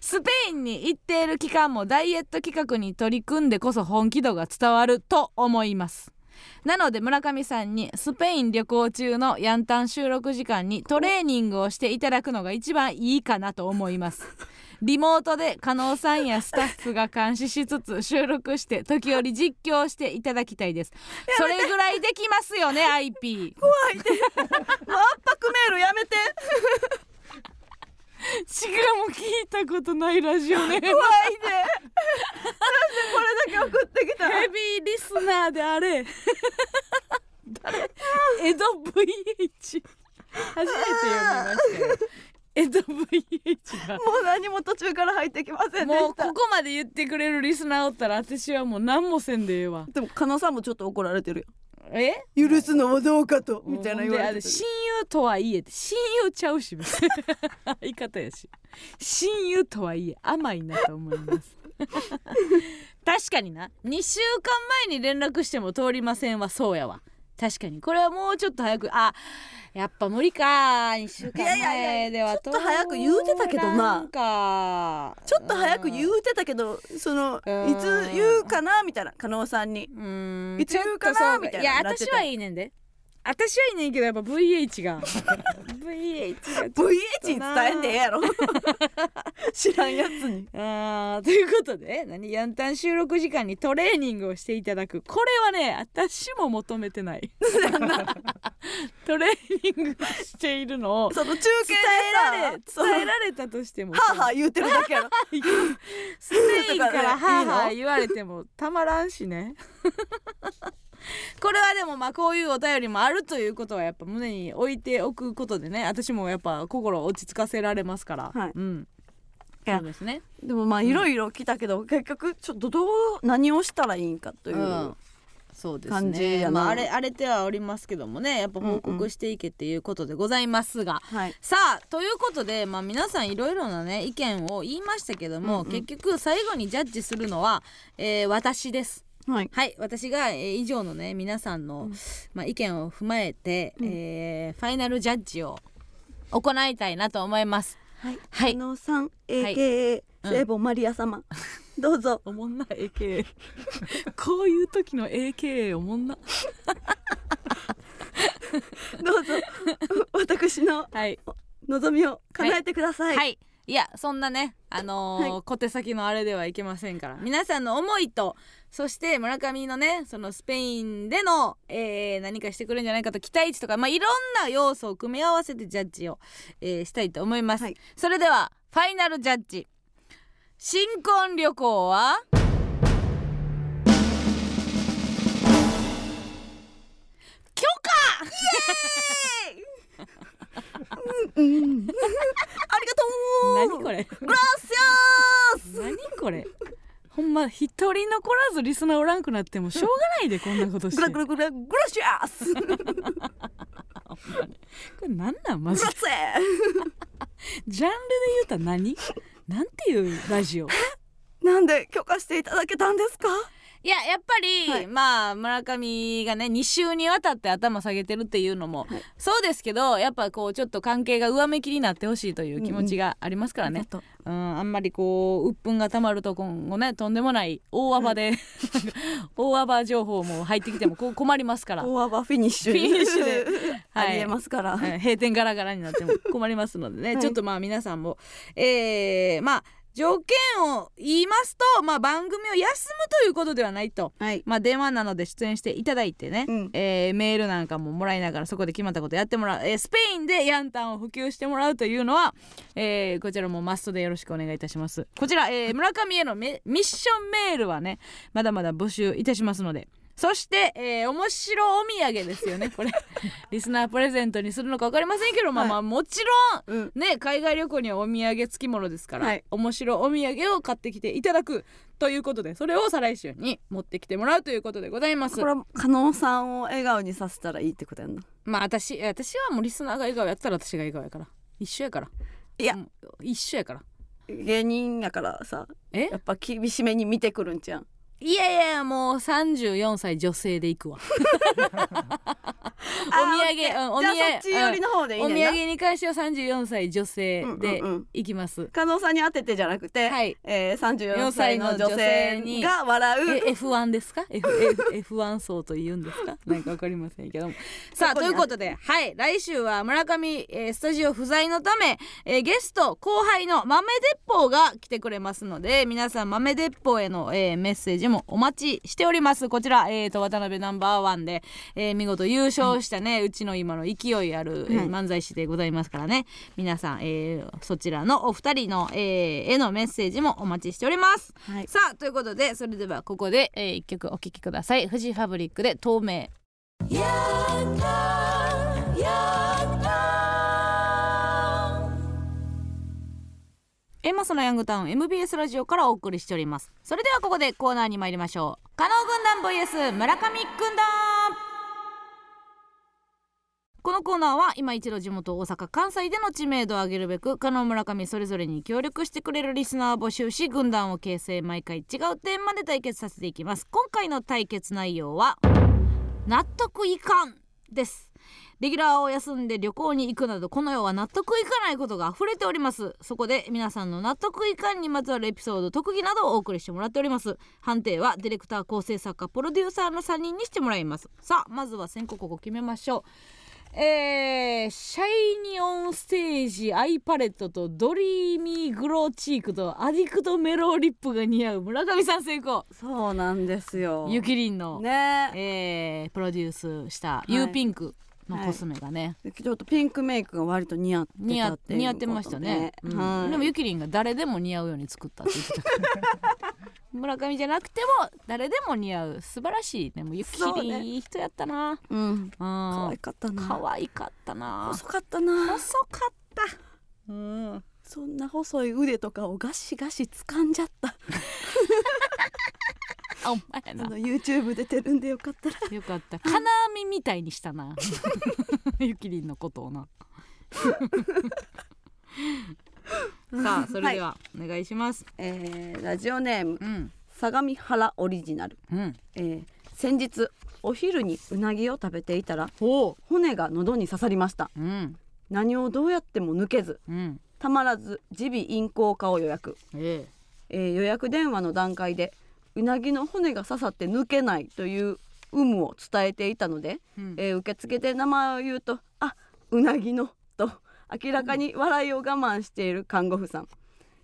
B: スペインに行っている期間もダイエット企画に取り組んでこそ本気度が伝わると思いますなので村上さんにスペイン旅行中のヤンタン収録時間にトレーニングをしていただくのが一番いいかなと思い ますリモートで加納さんやスタッフが監視しつつ収録して時折実況していただきたいですそれぐらいできますよね IP
A: もう圧迫メールやめて
B: しかも聞いたことないラジオ
A: 怖い
B: ね
A: でなんでこれだけ送ってきた
B: ヘビーリスナーであれ誰江戸 VH 初めて読みましたよ江戸 VH が
A: もう何も途中から入ってきませんで
B: もう
A: し
B: こ
A: た
B: こまで言ってくれるリスナーおったら私はもう何もせんでええわ
A: でも加納さんもちょっと怒られてる
B: え
A: よ許すのはどうかとみたいな言わ
B: ほ
A: れ
B: んであ
A: て
B: れ
A: た
B: 親友とはいえって親友ちゃうし別に相 方やし親友とはいえ甘いなと思います確確かにな2週間前に連絡しても通りませんはそうやわ確かにこれはもうちょっと早くあやっぱ無理か2週間
A: いやいや
B: 前では
A: ちょっと早く言うてたけどな
B: なんか
A: ちょっと早く言
B: う
A: うてたけどその
B: うん
A: いつ言うかなみたいな加納さんに
B: うん
A: いつ言うかなみたいな
B: や
A: なって
B: 私
A: た
B: はいいねんで私はいいねんけどやっぱ VH が VH が
A: VH に伝えんでええやろ 知らんやつに
B: あーということで何ヤンタン収録時間にトレーニングをしていただくこれはね私も求めてない トレーニングしているのを
A: その中継
B: 伝えられ
A: でさ
B: 伝えられたとしても
A: はあはあ言うてるだけやろ
B: スペインか
A: とからね
B: はいあ
A: いの
B: はあ言われてもたまらんしね これはでもまあこういうお便りもあるということはやっぱ胸に置いておくことでね私もやっぱ心を落ち着かせられますから、
A: はい
B: うん
A: いや
B: そうですね
A: でもまあいろいろ来たけど結局ちょっとどう何をしたらいいんかという
B: うんそうですね
A: 感じやな
B: まあ、あれ荒れてはおりますけどもねやっぱ報告していけっていうことでございますが、
A: はい
B: さあということで、まあ、皆さんいろいろなね意見を言いましたけども、結局最後にジャッジするのは、えー私です。
A: はい
B: はい私が、えー以上のね皆さんの、まあ、意見を踏まえて、えーファイナルジャッジを行いたいなと思います。
A: はい
B: はい
A: 加納さん
B: い
A: AKA
B: うん
A: 聖母マリア様どう ぞ
B: おもんな AKA こういう時の AKA おもんな
A: どうぞ私の
B: はい
A: 望みを叶えてください、
B: はい、い、やそんなねあのー
A: は
B: 小手先のあれではいけませんから皆さんの思いとそして村上のねそのスペインでの、えー何かしてくれるんじゃないかと期待値とか、まあ、いろんな要素を組み合わせてジャッジを、えーしたいと思います、
A: はい
B: それではファイナルジャッジ新婚旅行は許可
A: ありがとう
B: 何これ
A: グラシアス
B: 何これほんま一人残らずリスナーおらんくなってもしょうがないでこんなことし
A: グラ
B: て
A: グラグラグラシアスグラ
B: これなんなんマジで
A: ツェ
B: ジャンルで言うたら何なんていうラジオ
A: なんで許可していただけたんですか
B: いややっぱり、
A: はい
B: まあ村上がね2週にわたって頭下げてるっていうのも、そうですけどやっぱこうちょっと関係が上向きになってほしいという気持ちがありますからね、
A: と
B: うん、あんまりこう鬱憤がたまると今後ねとんでもない大暴で、 大暴情報も入ってきてもこう困ります から
A: 大幅フィニッシュ
B: フィニッシュで
A: あ
B: はい
A: りえますから、
B: うん閉店ガラガラになっても困りますのでね、
A: はい
B: ちょっとまあ皆さんもえー、まあ条件を言いますと、まあ、番組を休むということではないと、
A: はい
B: まあ、電話なので出演していただいてね、
A: うん
B: えーメールなんかももらいながらそこで決まったことやってもらう、えースペインでヤンタンを普及してもらうというのは、えーこちらもマストでよろしくお願いいたしますこちら、えー村上へのメミッションメールはねまだまだ募集いたしますのでそして、えー、面白お土産ですよね これリスナープレゼントにするのか分かりませんけど、まあまあもちろん
A: うん
B: ね、海外旅行にはお土産付きものですから、
A: はい
B: 面白お土産を買ってきていただくということでそれを再来週に持ってきてもらうということでございます
A: これは加納さんを笑顔にさせたらいいってことやんな
B: まあ私私はもうリスナーが笑顔やってたら私が笑顔やから一緒やから
A: いや
B: うん一緒やから
A: 芸人やからさ
B: え
A: やっぱ厳しめに見てくるんじゃん
B: いやいやもう34歳女性で行 くわ
A: あー
B: お土産うんお
A: じ
B: 土
A: ゃあ
B: 産
A: そっち寄りの方でいい
B: お
A: ねん
B: 土
A: な
B: 産に関しては34歳女性で
A: うんうんうん
B: 行きます、
A: 加納さんに当ててじゃなくて、
B: はい
A: えー、34
B: 4歳
A: 歳の
B: の
A: 女
B: 女性に
A: 性が笑う
B: え F1 ですか F F F1 層と言うんですかなんかわかりませんけどもさ
A: そ
B: あ
A: ことに
B: いうことではい来週は村上、えースタジオ不在のため、えーゲスト後輩の豆鉄砲が来てくれますので皆さん豆鉄砲への、えーメッセージもお待ちしておりますこちら、えー、と渡辺ナンバーワンで、えー見事優勝したね、うちの今の勢いある、えー漫才師でございますからね皆さん、えーそちらのお二人の、えーへのメッセージもお待ちしております。
A: はい
B: さあということでそれではここで、えー、一曲お聴きくださいフジファブリックで透明エマスのヤングタウン MBS ラジオからお送りしておりますそれではここでコーナーに参りましょう加納軍団 VS 村上軍団このコーナーは今一度地元大阪関西での知名度を上げるべく加納村上それぞれに協力してくれるリスナーを募集し軍団を形成毎回違うテーマで対決させていきます今回の対決内容は納得いかんですレギュラーを休んで旅行に行くなどこの世は納得いかないことが溢れておりますそこで皆さんの納得いかんにまつわるエピソード特技などをお送りしてもらっております判定はディレクター構成作家プロデューサーの3人にしてもらいますさあまずは先行ここ決めましょうえー、シャイニオンステージアイパレットとドリーミーグローチークとアディクトメローリップが似合う村上さん成功
A: そうなんですよ
B: ゆきりんの、
A: ね
B: えー、プロデュースした
A: い
B: ユーピンクのコスメがね、
A: ちょっとピンクメイクが割と似合ってた
B: 似合
A: ていう
B: 似合ってましたね、
A: ことで
B: うん
A: はい
B: でもゆきりんが誰でも似合うように作ったって言ってたから村上じゃなくても誰でも似合う素晴らしいねもうゆき
A: そう
B: りん、
A: ね
B: いい人やったな
A: うん可
B: 可
A: 愛かったな
B: 可愛かったな
A: 細かったな
B: 細かった
A: うんそんな細い腕とかをガシガシ掴んじゃった
B: あお
A: あ
B: 前やな
A: の YouTube 出てるんでよかったら
B: よかった金網みたいにしたなゆきりんのことをなさあそれではお願いします、
A: えーラジオネーム
B: うん
A: 相模原オリジナル、
B: うん
A: えー先日お昼にうなぎを食べていたら
B: ほ
A: 骨が喉に刺さりました
B: ううん
A: 何をどうやっても抜けず
B: うん
A: たまらず耳鼻咽喉科を予約、
B: ええ
A: えー予約電話の段階でうなぎの骨が刺さって抜けないという有無を伝えていたので、
B: うん
A: えー受付で名前を言うと「あうなぎの」と明らかに笑いを我慢している看護婦さん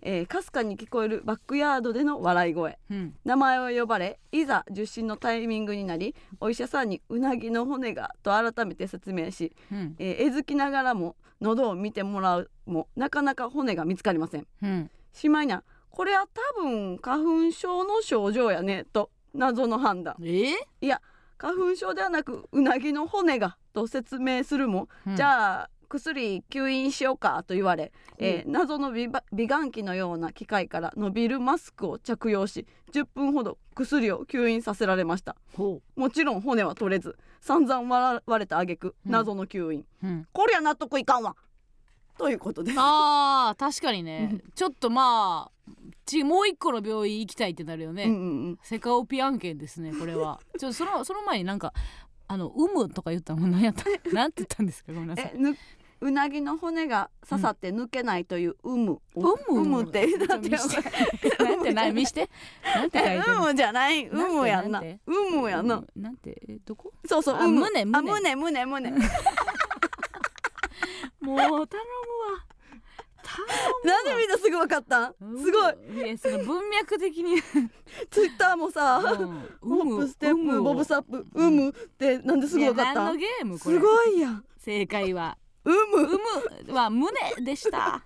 A: えーかす、かに聞こえるバックヤードでの笑い声
B: うん
A: 名前を呼ばれいざ受診のタイミングになりお医者さんに「うなぎの骨が」と改めて説明し
B: うん
A: えーえずきながらも喉を見てもらうもなかなか骨が見つかりません
B: うん
A: しまいにはこれは多分花粉症の症状やねと謎の判断
B: え
A: いや花粉症ではなくうなぎの骨がと説明するも、
B: うん
A: じゃあ薬吸引しようかと言われ、えー謎の美ば美顔器のような機械から伸びるマスクを着用し10分ほど薬を吸引させられました
B: ほ
A: もちろん骨は取れず散々笑われた挙句
B: うん
A: 謎の吸引、
B: う、うん、
A: こりゃ納得いかんわということです
B: あー確かにね
A: う
B: ちょっとまあちもう一個の病院行きたいってなるよね、
A: うんうんうん
B: セカオピ案件ですねこれは ちょっとそのその前になんかあの「うむ」とか言ったの何やった なんて言ったんですかごめんなさ
A: え
B: い。
A: ぬうなぎの骨が刺さって抜けないという有無を
B: うむ
A: 有無って
B: ちょっと
A: なんて
B: 見して なんてない見してなんて書いて
A: え
B: る
A: 有無じゃない有無やんな
B: なんて
A: 有無やな
B: うんなんてえどこ
A: そうそう
B: あ
A: 有無
B: 胸
A: あ
B: 胸
A: 胸胸胸
B: もう頼むわ
A: なんでみんなすぐ分かったん
B: 頼む
A: すごい
B: いいやその文脈的に
A: ツイッターもさ
B: うん
A: ホップステップボブサップ有無ってなんですぐ分かっ
B: いや
A: た
B: 何の
A: ん
B: ゲームこれ
A: すごいやん
B: 正解は
A: 有
B: 「
A: 無
B: うむ」は「胸」でした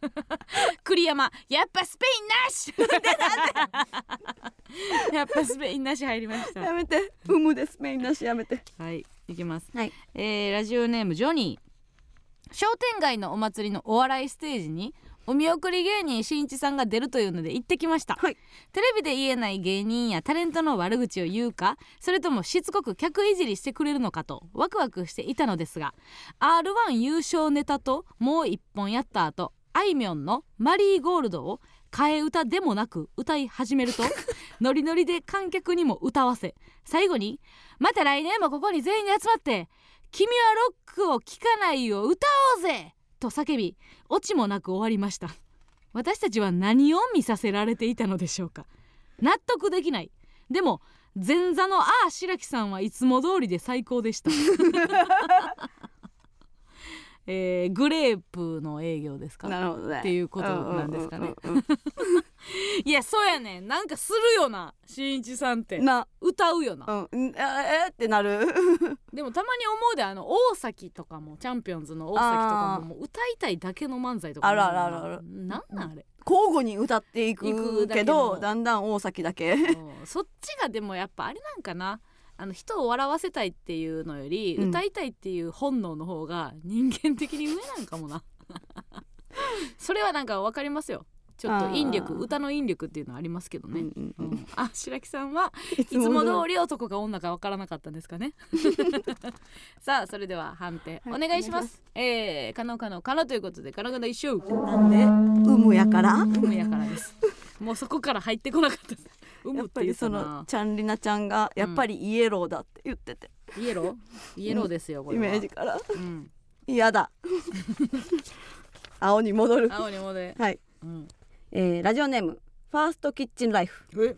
B: 栗山やっぱスペイ ンなし やっぱスペインなし入りまし
A: や
B: た
A: めて有無でスペインなしやめて
B: はいいきます、
A: はい
B: えーラジオネームジョニー商店街のお祭りのお笑いステージにお見送り芸人しんいちさんが出るというので行ってきました、
A: はい
B: テレビで言えない芸人やタレントの悪口を言うかそれともしつこく客いじりしてくれるのかとワクワクしていたのですが r 1優勝ネタともう一本やった後あいみょんの「マリーゴールド」を替え歌でもなく歌い始めると ノリノリで観客にも歌わせ最後に「また来年もここに全員で集まって君はロックを聴かないよ歌おうぜ!」と叫びオチもなく終わりました私たちは何を見させられていたのでしょうか納得できないでも前座のああ白木さんはいつも通りで最高でした えーグレープの営業ですか
A: なるほどね
B: っていうことなんですかね
A: うんうんうん
B: いやそうやねんなんかするよなしんいちさんって
A: うんな
B: 歌う よな
A: うんんあえーってなる
B: でもたまに思うであの大崎とかもチャンピオンズの大崎とか
A: あー
B: ももう歌いたいだけの漫才とか
A: あるある
B: も
A: あるある
B: なんなんあれ
A: 交互に歌ってい
B: いく
A: く
B: だけ
A: け
B: の
A: どだんだん大崎だけ
B: うんそっちがでもやっぱあれなんかなあの人を笑わせたいっていうのより、
A: うん
B: 歌いたいっていう本能の 方が人間的に上なんかもなそれはなんか分かりますよちょっ
A: あ
B: と
A: ー
B: 引力歌の引力っていうのはありますけど
A: う
B: ね、
A: んうんうん
B: うんあ白木さんはいいつも
A: り
B: 通り男か女かわからなかったんですかね さあそれでは判定お願いします、えー、可能可能可能ということで可能が一生
A: なんで有無やから
B: 有無やからですもうそこから入ってこなかったです有
A: や
B: 無
A: っ
B: っ
A: ぱ
B: て言
A: り
B: った
A: そ
B: な
A: のちゃんりなちゃんがやっぱりイエローだって言ってて、
B: イエローイエローですよこれ
A: イ
B: は
A: メージから
B: うん、
A: 嫌だ青に戻る
B: 青にもで、
A: はい、
B: うん、
A: えーラジオネームファーストキッチンライフ、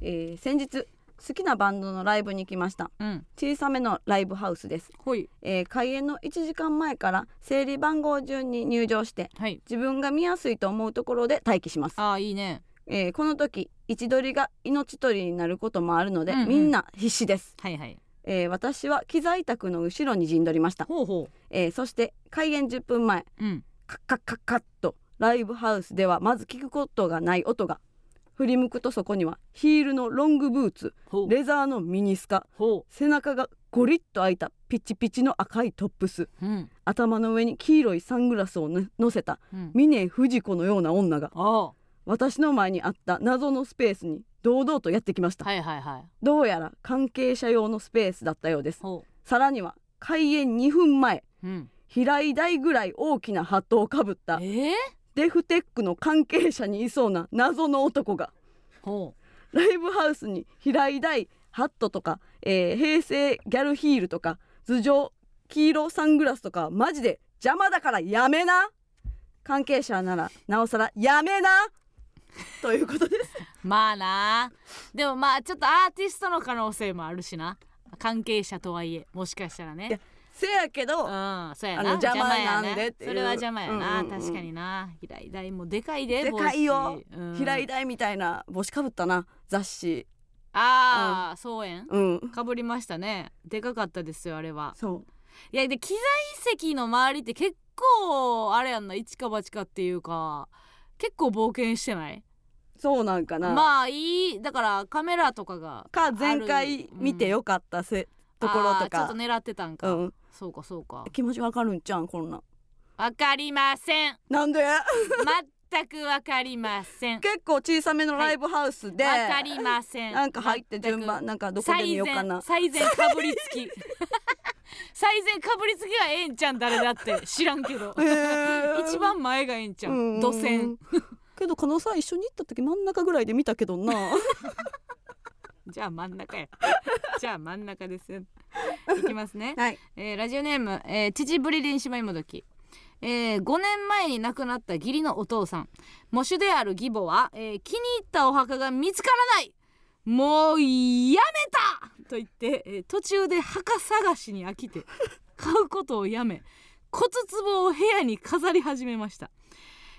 B: え
A: えー先日好きなバンドのライブに来ました
B: うん
A: 小さめのライブハウスです、
B: ほい
A: えー開演の1時間前から整理番号順に入場して
B: はい
A: 自分が見やすいと思うところで待機します
B: ああいいね
A: えーこの時位置取りが命取りになることもあるので、
B: うんうん
A: みんな必死です、
B: はいはい
A: えー私は機材卓の後ろに陣取りました、
B: ほうほ
A: えーそして開演10分前
B: ううん
A: カッカッカッカッとライブハウスではまず聞くことがない音が振り向くとそこにはヒールのロングブーツ
B: ほう
A: レザーのミニスカ
B: ほ
A: 背中がゴリッと開いたピチピチの赤いトップス
B: ううん
A: 頭の上に黄色いサングラスをね乗せた
B: うん
A: 峰不二子のような女が
B: あ
A: 私の前にあった謎のスペースに堂々とやってきまし
B: あ
A: た、
B: はいはいはい
A: どうやら関係者用のスペースだったようです
B: ほ
A: さらには開演2分前
B: ううん
A: 平井大ぐらい大きなハットをかぶった
B: ええ
A: デフテックの関係者にいそうな謎の男が
B: ほう
A: ライブハウスに平井大ハットとか、えー平成ギャルヒールとか頭上黄色サングラスとかマジで邪魔だからやめな関係者ならなおさらやめなということです
B: まあなでもまあちょっとアーティストの可能性もあるしな関係者とはいえもしかしたらね
A: いやせやけど
B: うんそうやな
A: あの邪魔なんで
B: 邪魔や
A: っていう
B: それは邪魔やな、
A: うんうんうん
B: 確かにな平井大もでかいで
A: でかいよ、
B: 帽子うん
A: 平井大みたいな帽子かぶったな雑誌
B: ああ、そうやん
A: うん
B: かぶりましたねでかかったですよあれは
A: そう
B: いやで機材席の周りって結構あれやんな一か八かっていうか結構冒険してない
A: そうなんかな、
B: まあいいだからカメラとかが
A: か前回見てよかったせ、ところ
B: あ
A: と
B: ーちょっ
A: か
B: と狙ってたんか、
A: うん
B: そうかそうか
A: 気持ちわかるんちゃうんこんなん
B: わかりません
A: なん で
B: 全くわかりません
A: 結構小さめのライブハウスで、
B: わかりません
A: なんか入って順番
B: 全く
A: なんかどこで見ようかな
B: 最善最善かぶりつき 最善かぶりつきはええんちゃん誰だって知らんけど一番前がええんちゃん土線
A: けどこのさん一緒に行った時真ん中ぐらいで見たけどな
B: じゃあ真ん中やじゃあ真ん中ですよいきますね、
A: はい
B: えーラジオネーム、えー、父ぶりりんしまいもどきえー、5年前に亡くなった義理のお父さん喪主である義母は、えー気に入ったお墓が見つからないもうやめたと言って、えー途中で墓探しに飽きて買うことをやめ骨壺を部屋に飾り始めました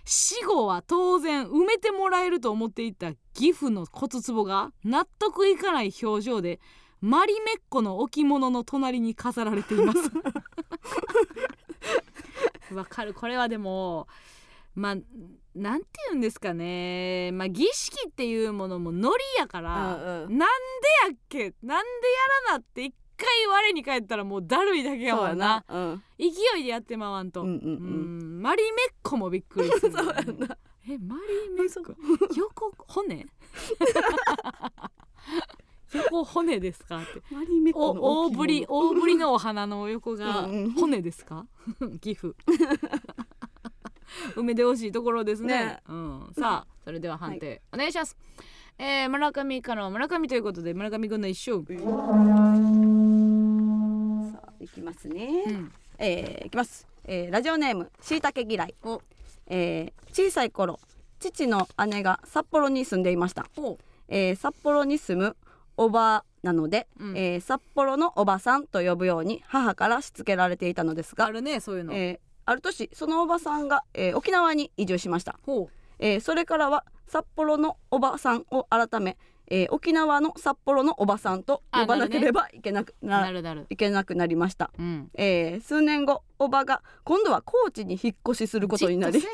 B: 死後は当然埋めてもらえると思っていた義父の骨壺が納得いかない表情でマリメッコの置物の隣に飾られていますわかるこれはでもまあなんて言うんですかねまあ儀式っていうものもノリやから、
A: うん
B: なんでやっけなんでやらなって一回我に返ったらもうだるいだけや
A: そう
B: も
A: や
B: ん
A: な
B: な
A: うん
B: 勢いでやってまわんと、
A: うんうんうん
B: んマリメッコもびっくりする、ね、
A: そうやんな
B: えマリメッコ 横骨 横骨ですかって
A: マリメコの
B: お大
A: きいもの
B: ぶり大ぶりのお花の横が
A: うんうん
B: 骨ですか 岐阜埋めてほしいところですね
A: ね
B: うん、さあそれでは判定、お願いしますえー、村上からは村上ということで村上君の一生
A: さあ行きますね、
B: うん
A: えー、いきます、えー、ラジオネームしいたけ嫌い、えー、小さい頃父の姉が札幌に住んでいました、
B: ほ
A: えー、札幌に住むおばなので、
B: うん
A: えー札幌のおばさんと呼ぶように母からしつけられていたのです
B: あ
A: が、
B: るねそういうの、
A: えー、ある年そのおばさんが、えー、沖縄に移住しました、
B: ほ
A: えー、それからは札幌のおばさんを改め、えー、沖縄の札幌のおばさんと呼ばなければいけなく
B: う
A: な
B: なるなる
A: いけなくなりました
B: うん
A: えー数年後おばが今度は高知に引っ越しすることになり
B: じ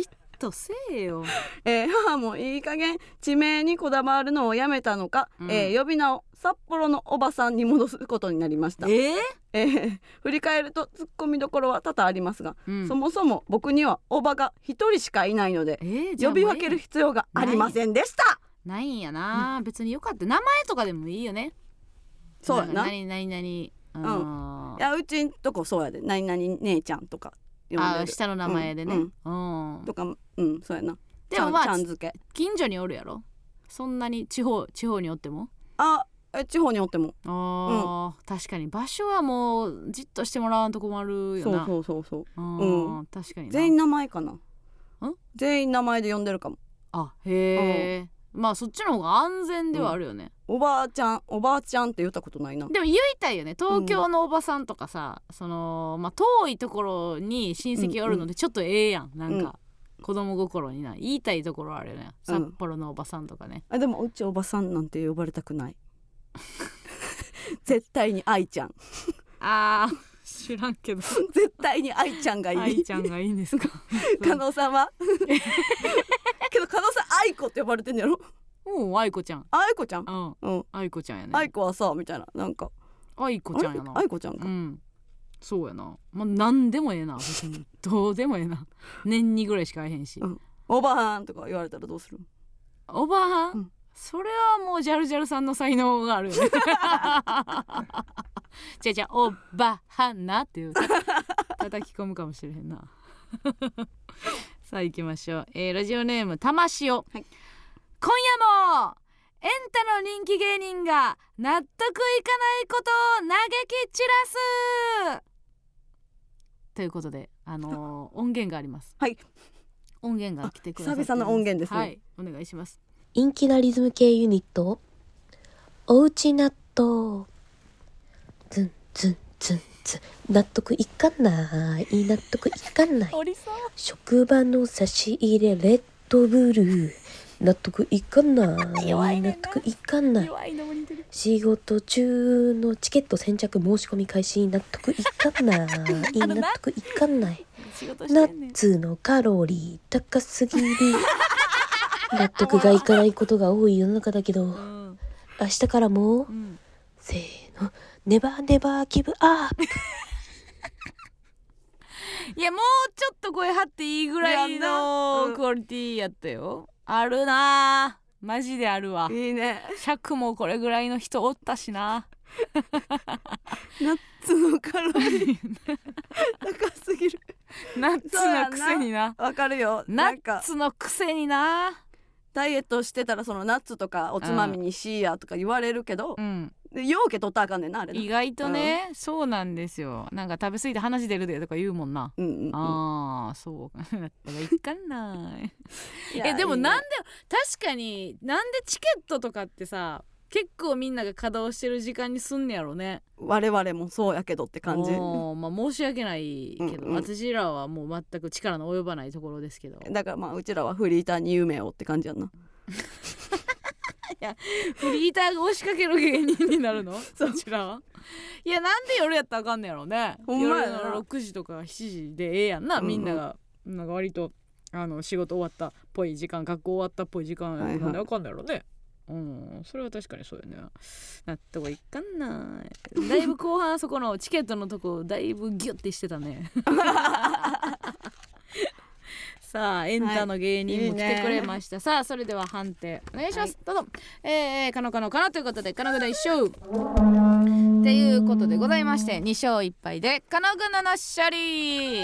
B: っ、とせえ じっとせえよ
A: えー母もいい加減地名にこだわるのをやめたのか、
B: うん
A: えー呼び名を札幌のおばさんに戻すことになりました、
B: え
A: えー振り返るとツッコミどころは多々ありますが、
B: うん
A: そもそも僕にはおばが一人しかいないので
B: えーじゃあ
A: 呼び分ける必要がありませんでした
B: ないんやな別によかった名前とかでもいいよね
A: そうやな
B: 何何何あ
A: い
B: ー
A: やうちんとこそうやで何々姉ちゃんとか呼ん
B: あ
A: で
B: ー
A: る
B: 下の名前でね
A: うん
B: うん
A: とかうんそうやな
B: でもまあ
A: ちゃんちゃん付け
B: 近所におるやろそんなに地方地方におっても
A: あえ地方におっても
B: あー、確かに場所はもうじっとしてもらわんと困るよ
A: そう
B: なう
A: そうそうそう
B: あー確かにな
A: 全員名前かな全員名前で呼んでるかも
B: あへえまあそっちの方が安全ではあるよね、
A: おばあちゃんおばあちゃんって言ったことないな
B: でも言いたいよね東京のおばさんとかさ、そのまあ遠いところに親戚おるのでちょっとええやん、なんか子供心にな言いたいところあるよね
A: う
B: 札
A: ん
B: 幌のおばさんとかね、
A: あでもうちおばさんなんて呼ばれたく ない絶対に愛ちゃん
B: あー知らんけど
A: 絶対に愛ちゃんがいい
B: 愛ちゃんがいいんです か
A: 加納さん はけど加納さん愛子って呼ばれてんやろ
B: うん愛子ちゃん
A: 愛子ちゃん
B: うん
A: うん
B: 愛子ちゃんやね
A: 愛子はさみたいななんか
B: 愛子
A: あ
B: ち
A: れ
B: ゃんやな
A: 愛子ちゃんか
B: うんそうやなまあ何でもええな別にどうでもええな年にぐらいしか会えへんし、
A: うんおばはんとか言われたらどうする
B: おばはん、
A: うん
B: それはもうジャルジャルさんの才能がある よねじゃあじゃあおばはんなっていう叩き込むかもしれへんなさあ行きましょう、えーラジオネームたましお、
A: はい
B: 今夜もエンタの人気芸人が納得いかないことを嘆き散らすということであのー音源があります
A: はい
B: 音源が来てくださって
A: 久々の音源ですね
B: はいお願いします
F: 陰気なリズム系ユニットおうち納豆ズンズンズンズン納得いかない納得いかない職場の差し入れレッドブルー納得いかない納得いかない仕事中のチケット先着申し込み開始納得いかない納得いかないナッツのカロリー高すぎる納得がいかないことが多い世の中だけど、明日からも、せーのネバーネバーギブアップ
B: いやもうちょっと声張っていいぐらい
A: いやなう
B: の
A: ん
B: クオリティやったよあるなぁマジであるわ
A: いいね
B: 尺もこれぐらいの人おったしな
A: ナッツのカロリー高すぎる
B: ナッツのくせにな
A: わかるよ
B: ナ
A: なん
B: ッ
A: か
B: ツのくせにな
A: ダイエットしてたらそのナッツとかおつまみにしいやとか言われるけど
B: うん
A: でようけ取ったらあかんねんなあれな
B: 意外とね、そうなんですよなんか食べ過ぎて話出るでとか言うもんな、
A: うんうんうん
B: ああそう か納得いかない
A: いや
B: えでも
A: いいね
B: なんで確かになんでチケットとかってさ結構みんなが稼働してる時間にすんねやろね
A: 我々もそうやけどって感じ
B: おーまあ申し訳ないけど、
A: うんうん
B: 私らはもう全く力の及ばないところですけど
A: だからまあうちらはフリーターに夢をって感じやんな
B: フリーターが押しかける芸人に なるのそちらはいやなんで夜やったらあかんねやろね
A: ほんまや
B: 夜
A: な
B: の6時とか7時でええやんな、
A: うんうん
B: みんながなんか割とあの仕事終わったっぽい時間学校終わったっぽい時間
A: はいはい
B: なんであかんねやろね、うんそれは確かにそうよね納得いかんないだいぶ後半あそこのチケットのとこだいぶギュッてして たねさあエンタの芸人も来てくれました、さあそれでは判定お願いします、どうぞえー、かのかのかなということでかのぐの一勝っていうことでございまして2勝1敗でかのぐのの勝利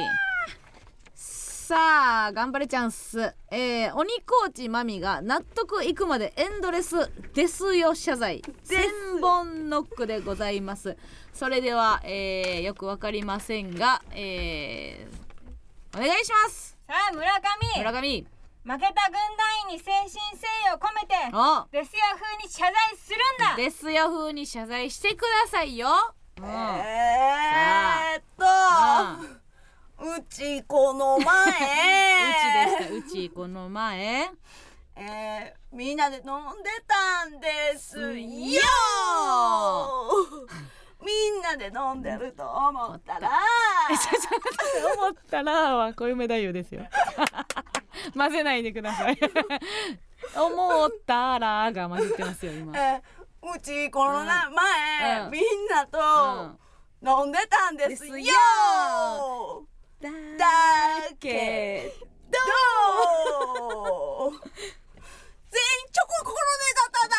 B: さあ頑張れチャンス、えー、鬼コーチマミが納得いくまでエンドレスですよ謝罪千本ノックでございますそれでは、えー、よくわかりませんが、えー、お願いします
G: さあ村上
B: 村上
G: 負けた軍団員に誠心誠意を込めて
B: お
G: デスヤ風に謝罪するんだ
B: ですよ風に謝罪してくださいよ、うん
A: えーっと
B: うん
A: うちこの前
B: うちでしたうちこの前
A: えー、みんなで飲んでたんですよみんなで飲んでると思ったら
B: 思ったらは小梅太夫ですよ 混 ぜないでください思ったらが混じってますよ今
A: えーうちこのな前、
B: うん
A: みんなと飲んでたんですよ
B: です
A: よ
B: よだ
A: だけ
B: け
A: ど全員チョコ心の
B: え
A: 方だ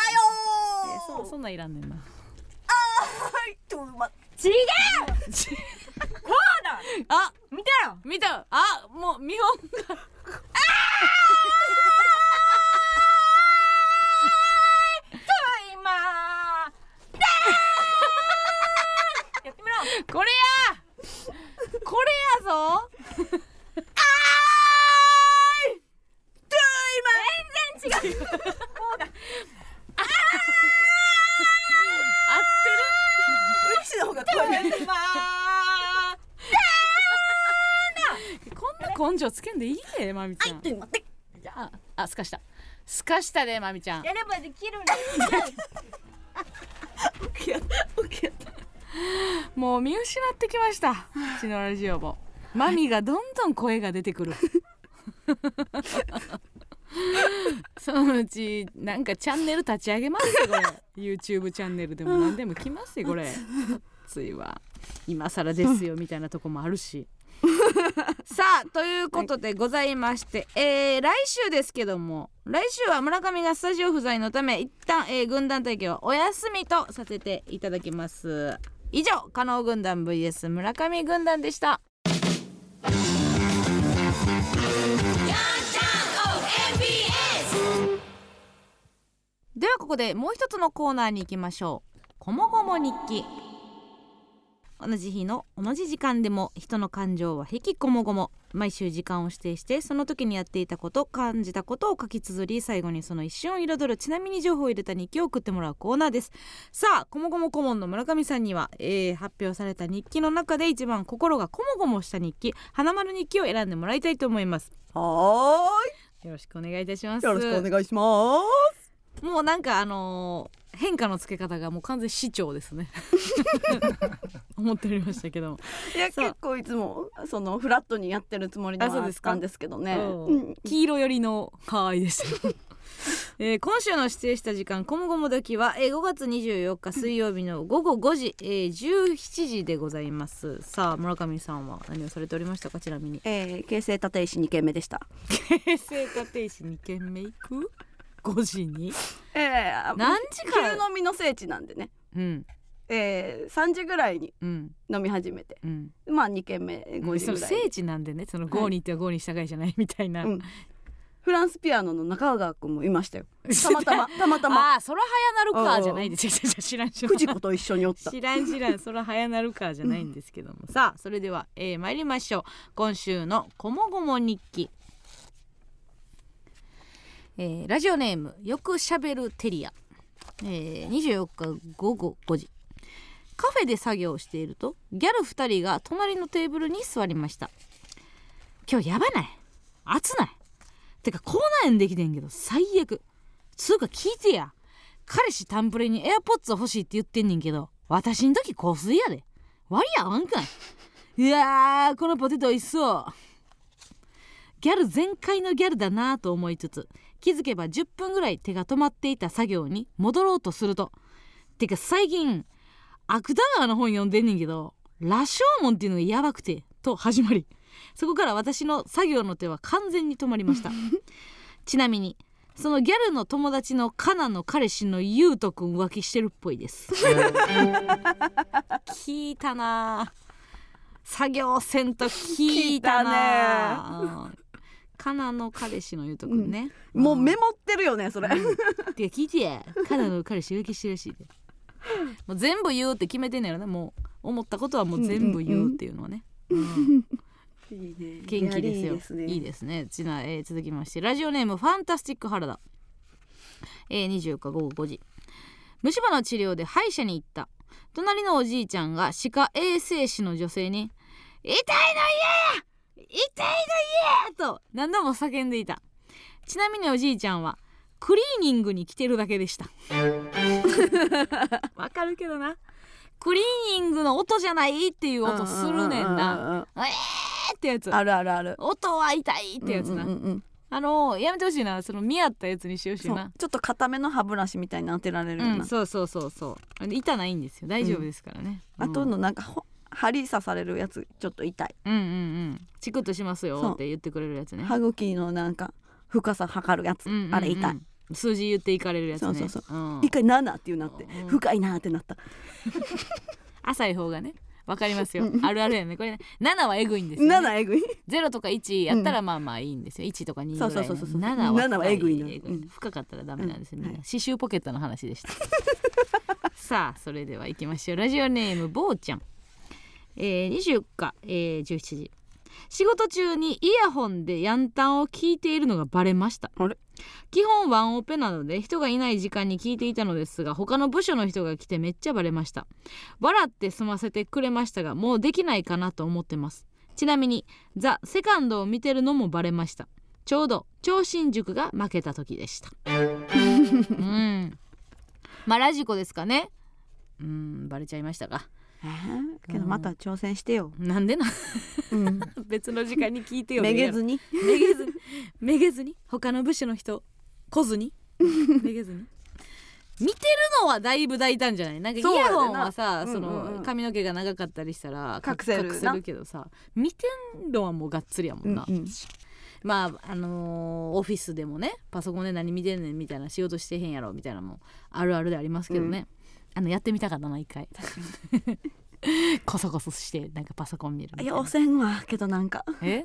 B: そ
A: よ
B: そんなんいらんねんな
A: はいとま
H: 違うこうだ
B: あ
H: 見てよ
B: 見たあもう見本が
H: 今だーやってみろ
B: これやこれやぞ
H: 全然違う
B: 合
A: うちの方が声出て る
B: ってるこんな根性つけんでいいでまみちゃん
A: 待って
B: ああすかしたすかしたでまみちゃん
H: やればできるん です
B: もう見失ってきましたうちのラジオもマミがどんどん声が出てくるそのうちなんかチャンネル立ち上げますよこれ YouTube チャンネルでも何でも来ますよこれ暑いわ今更ですよみたいなとこもあるしさあということでございまして、えー来週ですけども来週は村上がスタジオ不在のため一旦、えー軍団体験はお休みとさせていただきます以上加納軍団 vs 村上軍団でしたではここでもう一つのコーナーに行きましょう「こもごも日記」同じ日の同じ時間でも人の感情は引きこもごも毎週時間を指定してその時にやっていたこと感じたことを書き綴り最後にその一瞬を彩るちなみに情報を入れた日記を送ってもらうコーナーですさあこもごも顧問の村上さんには、えー発表された日記の中で一番心がこもごもした日記花丸日記を選んでもらいたいと思います
A: は
B: よろしくお願いいたしま
A: ーい
B: す
A: よろしくお願いしま
B: もうなんかあのー変化のつけ方がもう完全市長ですね 思っておりましたけども
A: すいや
B: そう
A: 結構いつもそのフラットにやってるつもりで
B: あそう
A: はあ
B: で
A: っ
B: すか
A: たんですけどね
B: うん黄色寄りの可愛いです。 えー今週の指定した時間「こもごも時は」えー5月24日水曜日の午後5時、えー17時でございますさあ村上さんは何をされておりましたかちなみ に
A: えー、京成立石2軒目でした
B: 平成立石2軒目行く5時 に
A: ええ
B: 何時から
A: 昼飲みの聖地なんでね、
B: うん
A: えー、3時ぐらいに
B: うん
A: 飲み始めて
B: うん
A: まあ2軒目5時
B: その
A: ぐらい
B: 聖地なんでねその5に行っては5に従いじゃないみたいな、
A: うんフランスピアノの中川君もいました よたまたまたまたま
B: ああそら早なる
A: う
B: か
A: ん
B: じゃないですよ 知らん知らん
A: くじこと一緒におった
B: 知らん知らんそら早なるかじゃないんですけども、 さあそれでは、えー、参りましょう今週の「こもごも日記」えーラジオネームよくしゃべるテリア、えー、24日午後5時カフェで作業をしているとギャル2人が隣のテーブルに座りました今日やばない暑ないてかこうなんできてんけど最悪つうか聞いてや彼氏タンプレにエアポッツ欲しいって言ってんねんけど私ん時香水やで割り合わんかいいやーこのポテト美味しそうギャル全開のギャルだなぁと思いつつ気づけば10分ぐらい手が止まっていた作業に戻ろうとするとてか最近芥川の本読んでんねんけど「羅生門」っていうのがやばくてと始まりそこから私の作業の手は完全に止まりましたちなみにそのギャルの友達のカナの彼氏のユウトくん浮気してるっぽいです聞いたなぁ作業せんと聞いたなぁうんカナの彼氏のユウトくんね、
A: もうメ
B: ん
A: モってるよねそれ、
B: てか聞いてやカナの彼氏浮気してるらしいでもう全部言うって決めてんねやろなもう思ったことはもう全部言うっていうのはね、うん
A: いいね
B: 元気ですよ。いいですね。
A: いい
B: ちな、えー続きまして、ラジオネームファンタスティック原田。えー、24日午後5時。虫歯の治療で歯医者に行った。隣のおじいちゃんが歯科衛生士の女性に「痛いの嫌や痛いの嫌や!」と何度も叫んでいたちなみにおじいちゃんはクリーニングに来てるだけでした わかるけどなクリーニングの音じゃないっていう音するねんな
A: な
B: えーってやつ
A: あるあるある
B: 音は痛いってやつな、
A: うんうんうん
B: あのやめてほしいなその見合ったやつにしてほしい
A: そう
B: な
A: ちょっと固めの歯ブラシみたいに当てられるような、
B: うん、そうそうそうそう痛ないんですよ大丈夫ですからね、
A: あと
B: うん
A: のなんかほ針刺されるやつちょっと痛い、
B: うんうんうんチクッとします
A: そ
B: よ
A: う
B: って言ってくれるやつね
A: 歯茎のなんか深さ測るやつ、
B: うんうんうん
A: あれ痛い
B: 数字言っていかれるやつね、
A: そうそう
B: ん
A: 一、回7っていうなって、
B: うん
A: 深いなってなった
B: 浅い方がねわかりますよあるあるやねこれね7はえぐいんですよ、ね、
A: 7えぐい
B: ゼロとか一やったらまあまあいいんですよ。一とか二ぐらいの。
A: そうそうそうそう
B: 七
A: 七はえぐいのうん
B: 深かったらダメなんですよ。
A: うん
B: みんな刺繍ポケットの 話でした。さあそれでは行きましょう。ラジオネームぼうちゃん。えー、20日、えー、17時仕事中にイヤホンでヤンタンを聞いているのがバレました
A: あれ
B: 基本ワンオペなので人がいない時間に聞いていたのですが他の部署の人が来てめっちゃバレました笑って済ませてくれましたがもうできないかなと思ってますちなみにザ・セカンドを見てるのもバレましたちょうど超新塾が負けた時でした うんまあラジコですかねうんバレちゃいましたか
A: えーけどまた挑戦して よ、
B: なんでな
A: うん、
B: 別の時間に聞いてよ
A: めげずに
B: めげずにめげずに他の部署の人来ずにめげずに見てるのはだいぶ大胆じゃないなんかイ
A: そうや
B: ヤ
A: でな
B: ホンは
A: う
B: さ
A: ん
B: そ
A: うんう
B: の
A: ん
B: 髪の毛が長かったりしたらか
A: 隠せるな
B: 隠せるけどさ見てんのはもうがっつりやもんな、
A: うんうん
B: まああのーオフィスでもねパソコンで何見てんねんみたいな仕事してへんやろみたいなのもあるあるでありますけどね、あのやってみたかったな一回コソコソしてなんかパソコン見るみた
A: い
B: いな
A: や汚せんわけどなんか
B: え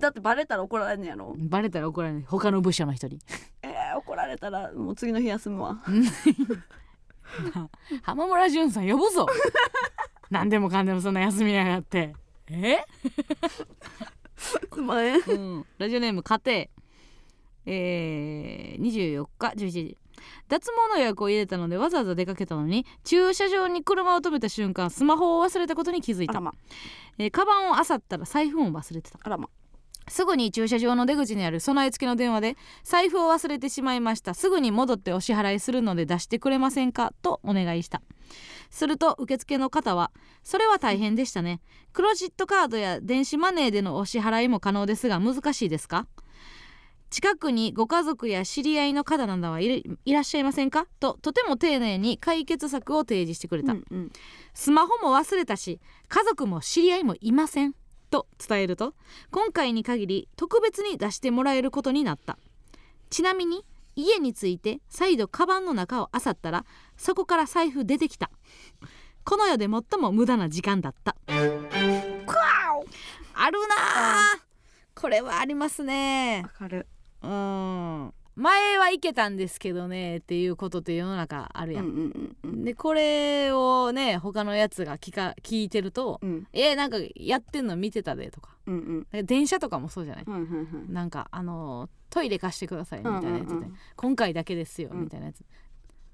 A: だってバレたら怒られんのやろ
B: バレたら怒られない他の部署の 人に
A: えー、怒られたらもう次の日休むわ
B: 浜村淳さん呼 ぶぞ何でもかんでもそんな休みやがってえ、
A: すまへん
B: うん、ラジオネーム家庭えー、24日11時脱毛の予約を入れたのでわざわざ出かけたのに駐車場に車を止めた瞬間スマホを忘れたことに気づい
A: あら
B: た、
A: ま
B: えー、カバンを漁ったら財布も忘れてた
A: あらます
B: ぐに駐車場の出口にある備え付けの電話で財布を忘れてしまいましたすぐに戻ってお支払いするので出してくれませんかとお願いしたすると受付の方はそれは大変でしたねクレジットカードや電子マネーでのお支払いも可能ですが難しいですか近くにご家族や知り合いの方などはいれいらっしゃいませんかととても丁寧に解決策を提示してくれた、
A: うんうん
B: スマホも忘れたし家族も知り合いもいませんと伝えると今回に限り特別に出してもらえることになったちなみに家に着いて再度カバンの中を漁ったらそこから財布出てきたこの世で最も無駄な時間だったあるなあこれはありますね
A: わかる
B: うん前はいけたんですけどねっていうことって世の中ある
A: うん
B: や、
A: うんんうん
B: でこれをね他のやつが聞か聞いてると、
A: うん
B: えーなんかやってんの見てたでとか
A: うんうん
B: なんか電車とかもそうじゃない、
A: うんうんうん
B: なんかあのトイレ貸してくださいみたいなやつ
A: う
B: で、
A: んうんうん
B: 今回だけですよ
A: うん
B: みたいなやつ、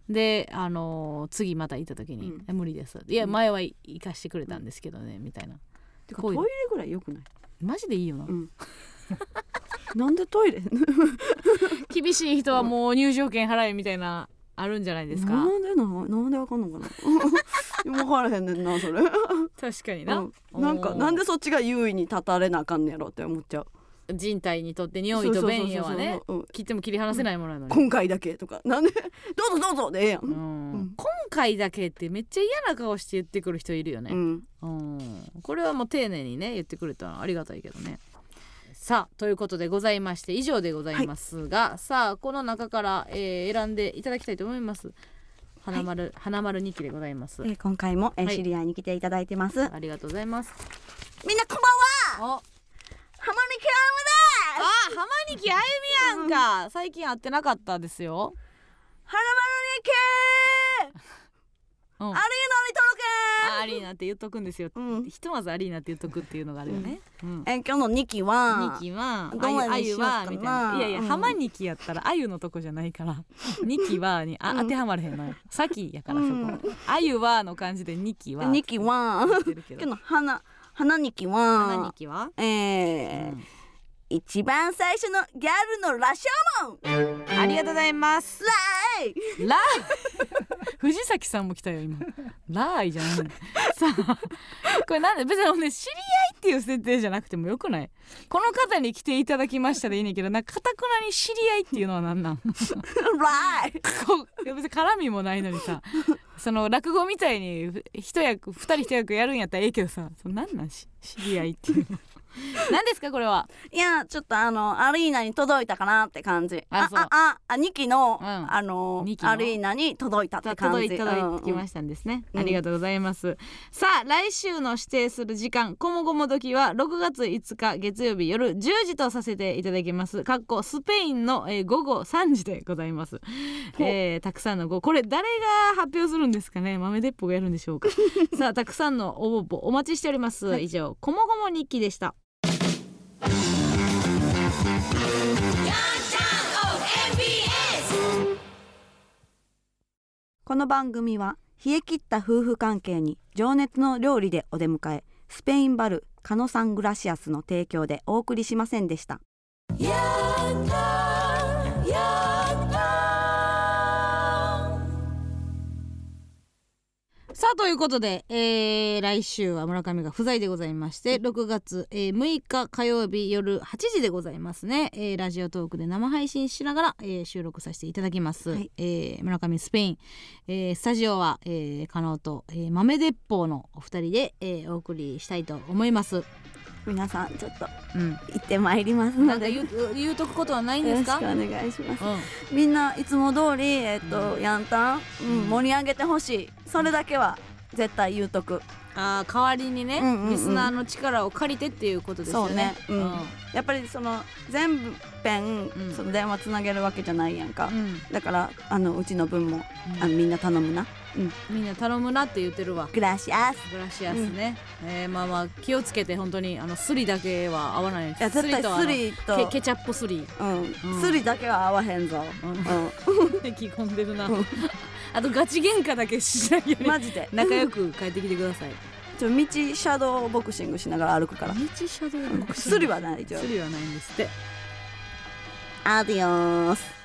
B: であの次また行った時に
A: うん
B: 「え無理です」「いや前は行かしてくれたんですけどね」みたいな
A: てか
B: こ
A: ト
B: う
A: イ
B: いう
A: レぐらい良くない
B: マジでいいよな、
A: うんなんでトイレ
B: 厳しい人はもう入場券払えみたいなあるんじゃないですか、
A: なんでななん でわかんのかな分からへんねんなそれ
B: 確かにな、
A: うんなんかなんでそっちが優位に立たれなあかんねやろって思っちゃう
B: 人体にとって尿意と便意
A: そうそ
B: はね
A: うそうそううん
B: 切っても切り離せないものなのに、
A: 今回だけとかなんで どうぞどうぞでええや
B: うん
A: ん、ん
B: 今回だけってめっちゃ嫌な顔して言ってくる人いるよね、
A: うん、
B: うん、これはもう丁寧にね言ってくれたらありがたいけどね。さあということでございまして以上でございますが、さあこの中から、えー選んでいただきたいと思います。花丸、花丸日記でございます。
A: えー今回も、えー
B: はい
A: 知り合いに来ていただいてます、
B: ありがとうございます。
A: みんなこんばんは
B: お、あ、
A: 浜に
B: 浜日記あゆみやんか。最近会ってなかったですよ。
A: 花丸に け
B: うん、
A: アリ
B: あアリーナって言っとくんですよ。
A: ーナにとろけーうん
B: ひとまずアリーナって言っとくっていうのがあるよね。うん。
A: えー今日の二期は
B: ニキは
A: ど
B: あゆ
A: う
B: あ
A: にし
B: ゆ
A: ようかな
B: はみたいないやいや
A: うん
B: 浜ニキやったらあゆのとこじゃないから ニキはにあ当てはまれへんのよさきやから
A: うん
B: そこあゆはの感じでニキは
A: 二期は
B: 言ってるけ
A: 今日
B: ど
A: の花花にき
B: 浜ニ
A: は
B: キは
A: えー一番最初のギャルのラッシャーモン
B: ありがとうございます
A: えい
B: ラ藤崎さんも来たよ今ラーイじゃないさあこれなんで別にね知り合いってっていう設定じゃなくてもよくないこの方に来ていただきましたでいいねんけどなんかかたくなに知り合いっていうのはなんなん
A: ラ イ
B: こういや別に絡みもないのにさその落語みたいに一役二人一役やるんやったらええけどさそのなんなんし知り合いっていうの何ですかこれはい
A: やちょっとあのアリーナに届いたかなって感じ
B: あ
A: あ
B: そう
A: あああ2期の、
B: うん
A: あの
B: 二期の
A: アリーナに届いたって感
B: 届い
A: じ
B: ていただいてきましたんですね、
A: うん
B: ありがとうございますさあ来週の指定する時間こもごも時は6月5日月曜日夜10時とさせていただきますかっこスペインの、えー午後3時でございます、えーたくさんのごこれ誰が発表するんですかね豆鉄砲がやるんでしょ うかさあたくさんの応募お待ちしております、以上こもごも日記でした
A: この番組は冷え切った夫婦関係に情熱の料理でお出迎えスペインバルカノサングラシアスの提供でお送りしませんでした
B: さあということで、えー来週は村上が不在でございまして6月、えー6日火曜日夜8時でございますね、えーラジオトークで生配信しながら、えー収録させていただきます、
A: はい
B: えー村上スペイン、えースタジオは、えー、加納と、えー豆鉄砲のお二人で、えーお送りしたいと思います、
A: 皆さんちょっと
B: うん、
A: 行ってまいりますの
B: なんか
A: でよ
B: 言う言うとくことはないんで
A: ろ
B: す
A: しくお
B: か
A: 願いします
B: うん
A: みんないつも通りえっと、ヤンタン、うん
B: うん
A: 盛り上げてほしいそれだけは絶対言うとく
B: あー代わりにね、
A: うんうんうん
B: リスナーの力を借りてっていうことですよね
A: そうねうんやっぱりその全部編、
B: うん
A: その電話つなげるわけじゃないやんか、
B: うん
A: だからあのうちの分も、あ
B: う
A: の
B: ん
A: みんな頼むな
B: みんな頼むなって言ってるわ
A: グラシアス
B: グラシアスね、えーまあまあ気をつけて本当にあのスリだけは合わない
A: いや絶対
B: とあの
A: スリと
B: ケケチャップスリ
A: うん
B: うん
A: スリだけは合わへんぞ、
B: うん
A: う
B: 着込んでるな
A: うん、
B: あとガチ喧嘩だけしないようん に、
A: マジで
B: 仲良く帰ってきてください
A: ちょ道シャドーボクシングしながら歩くから
B: 道シャドウボクシング
A: スリはないじゃん
B: スリはないんですって
A: アディオース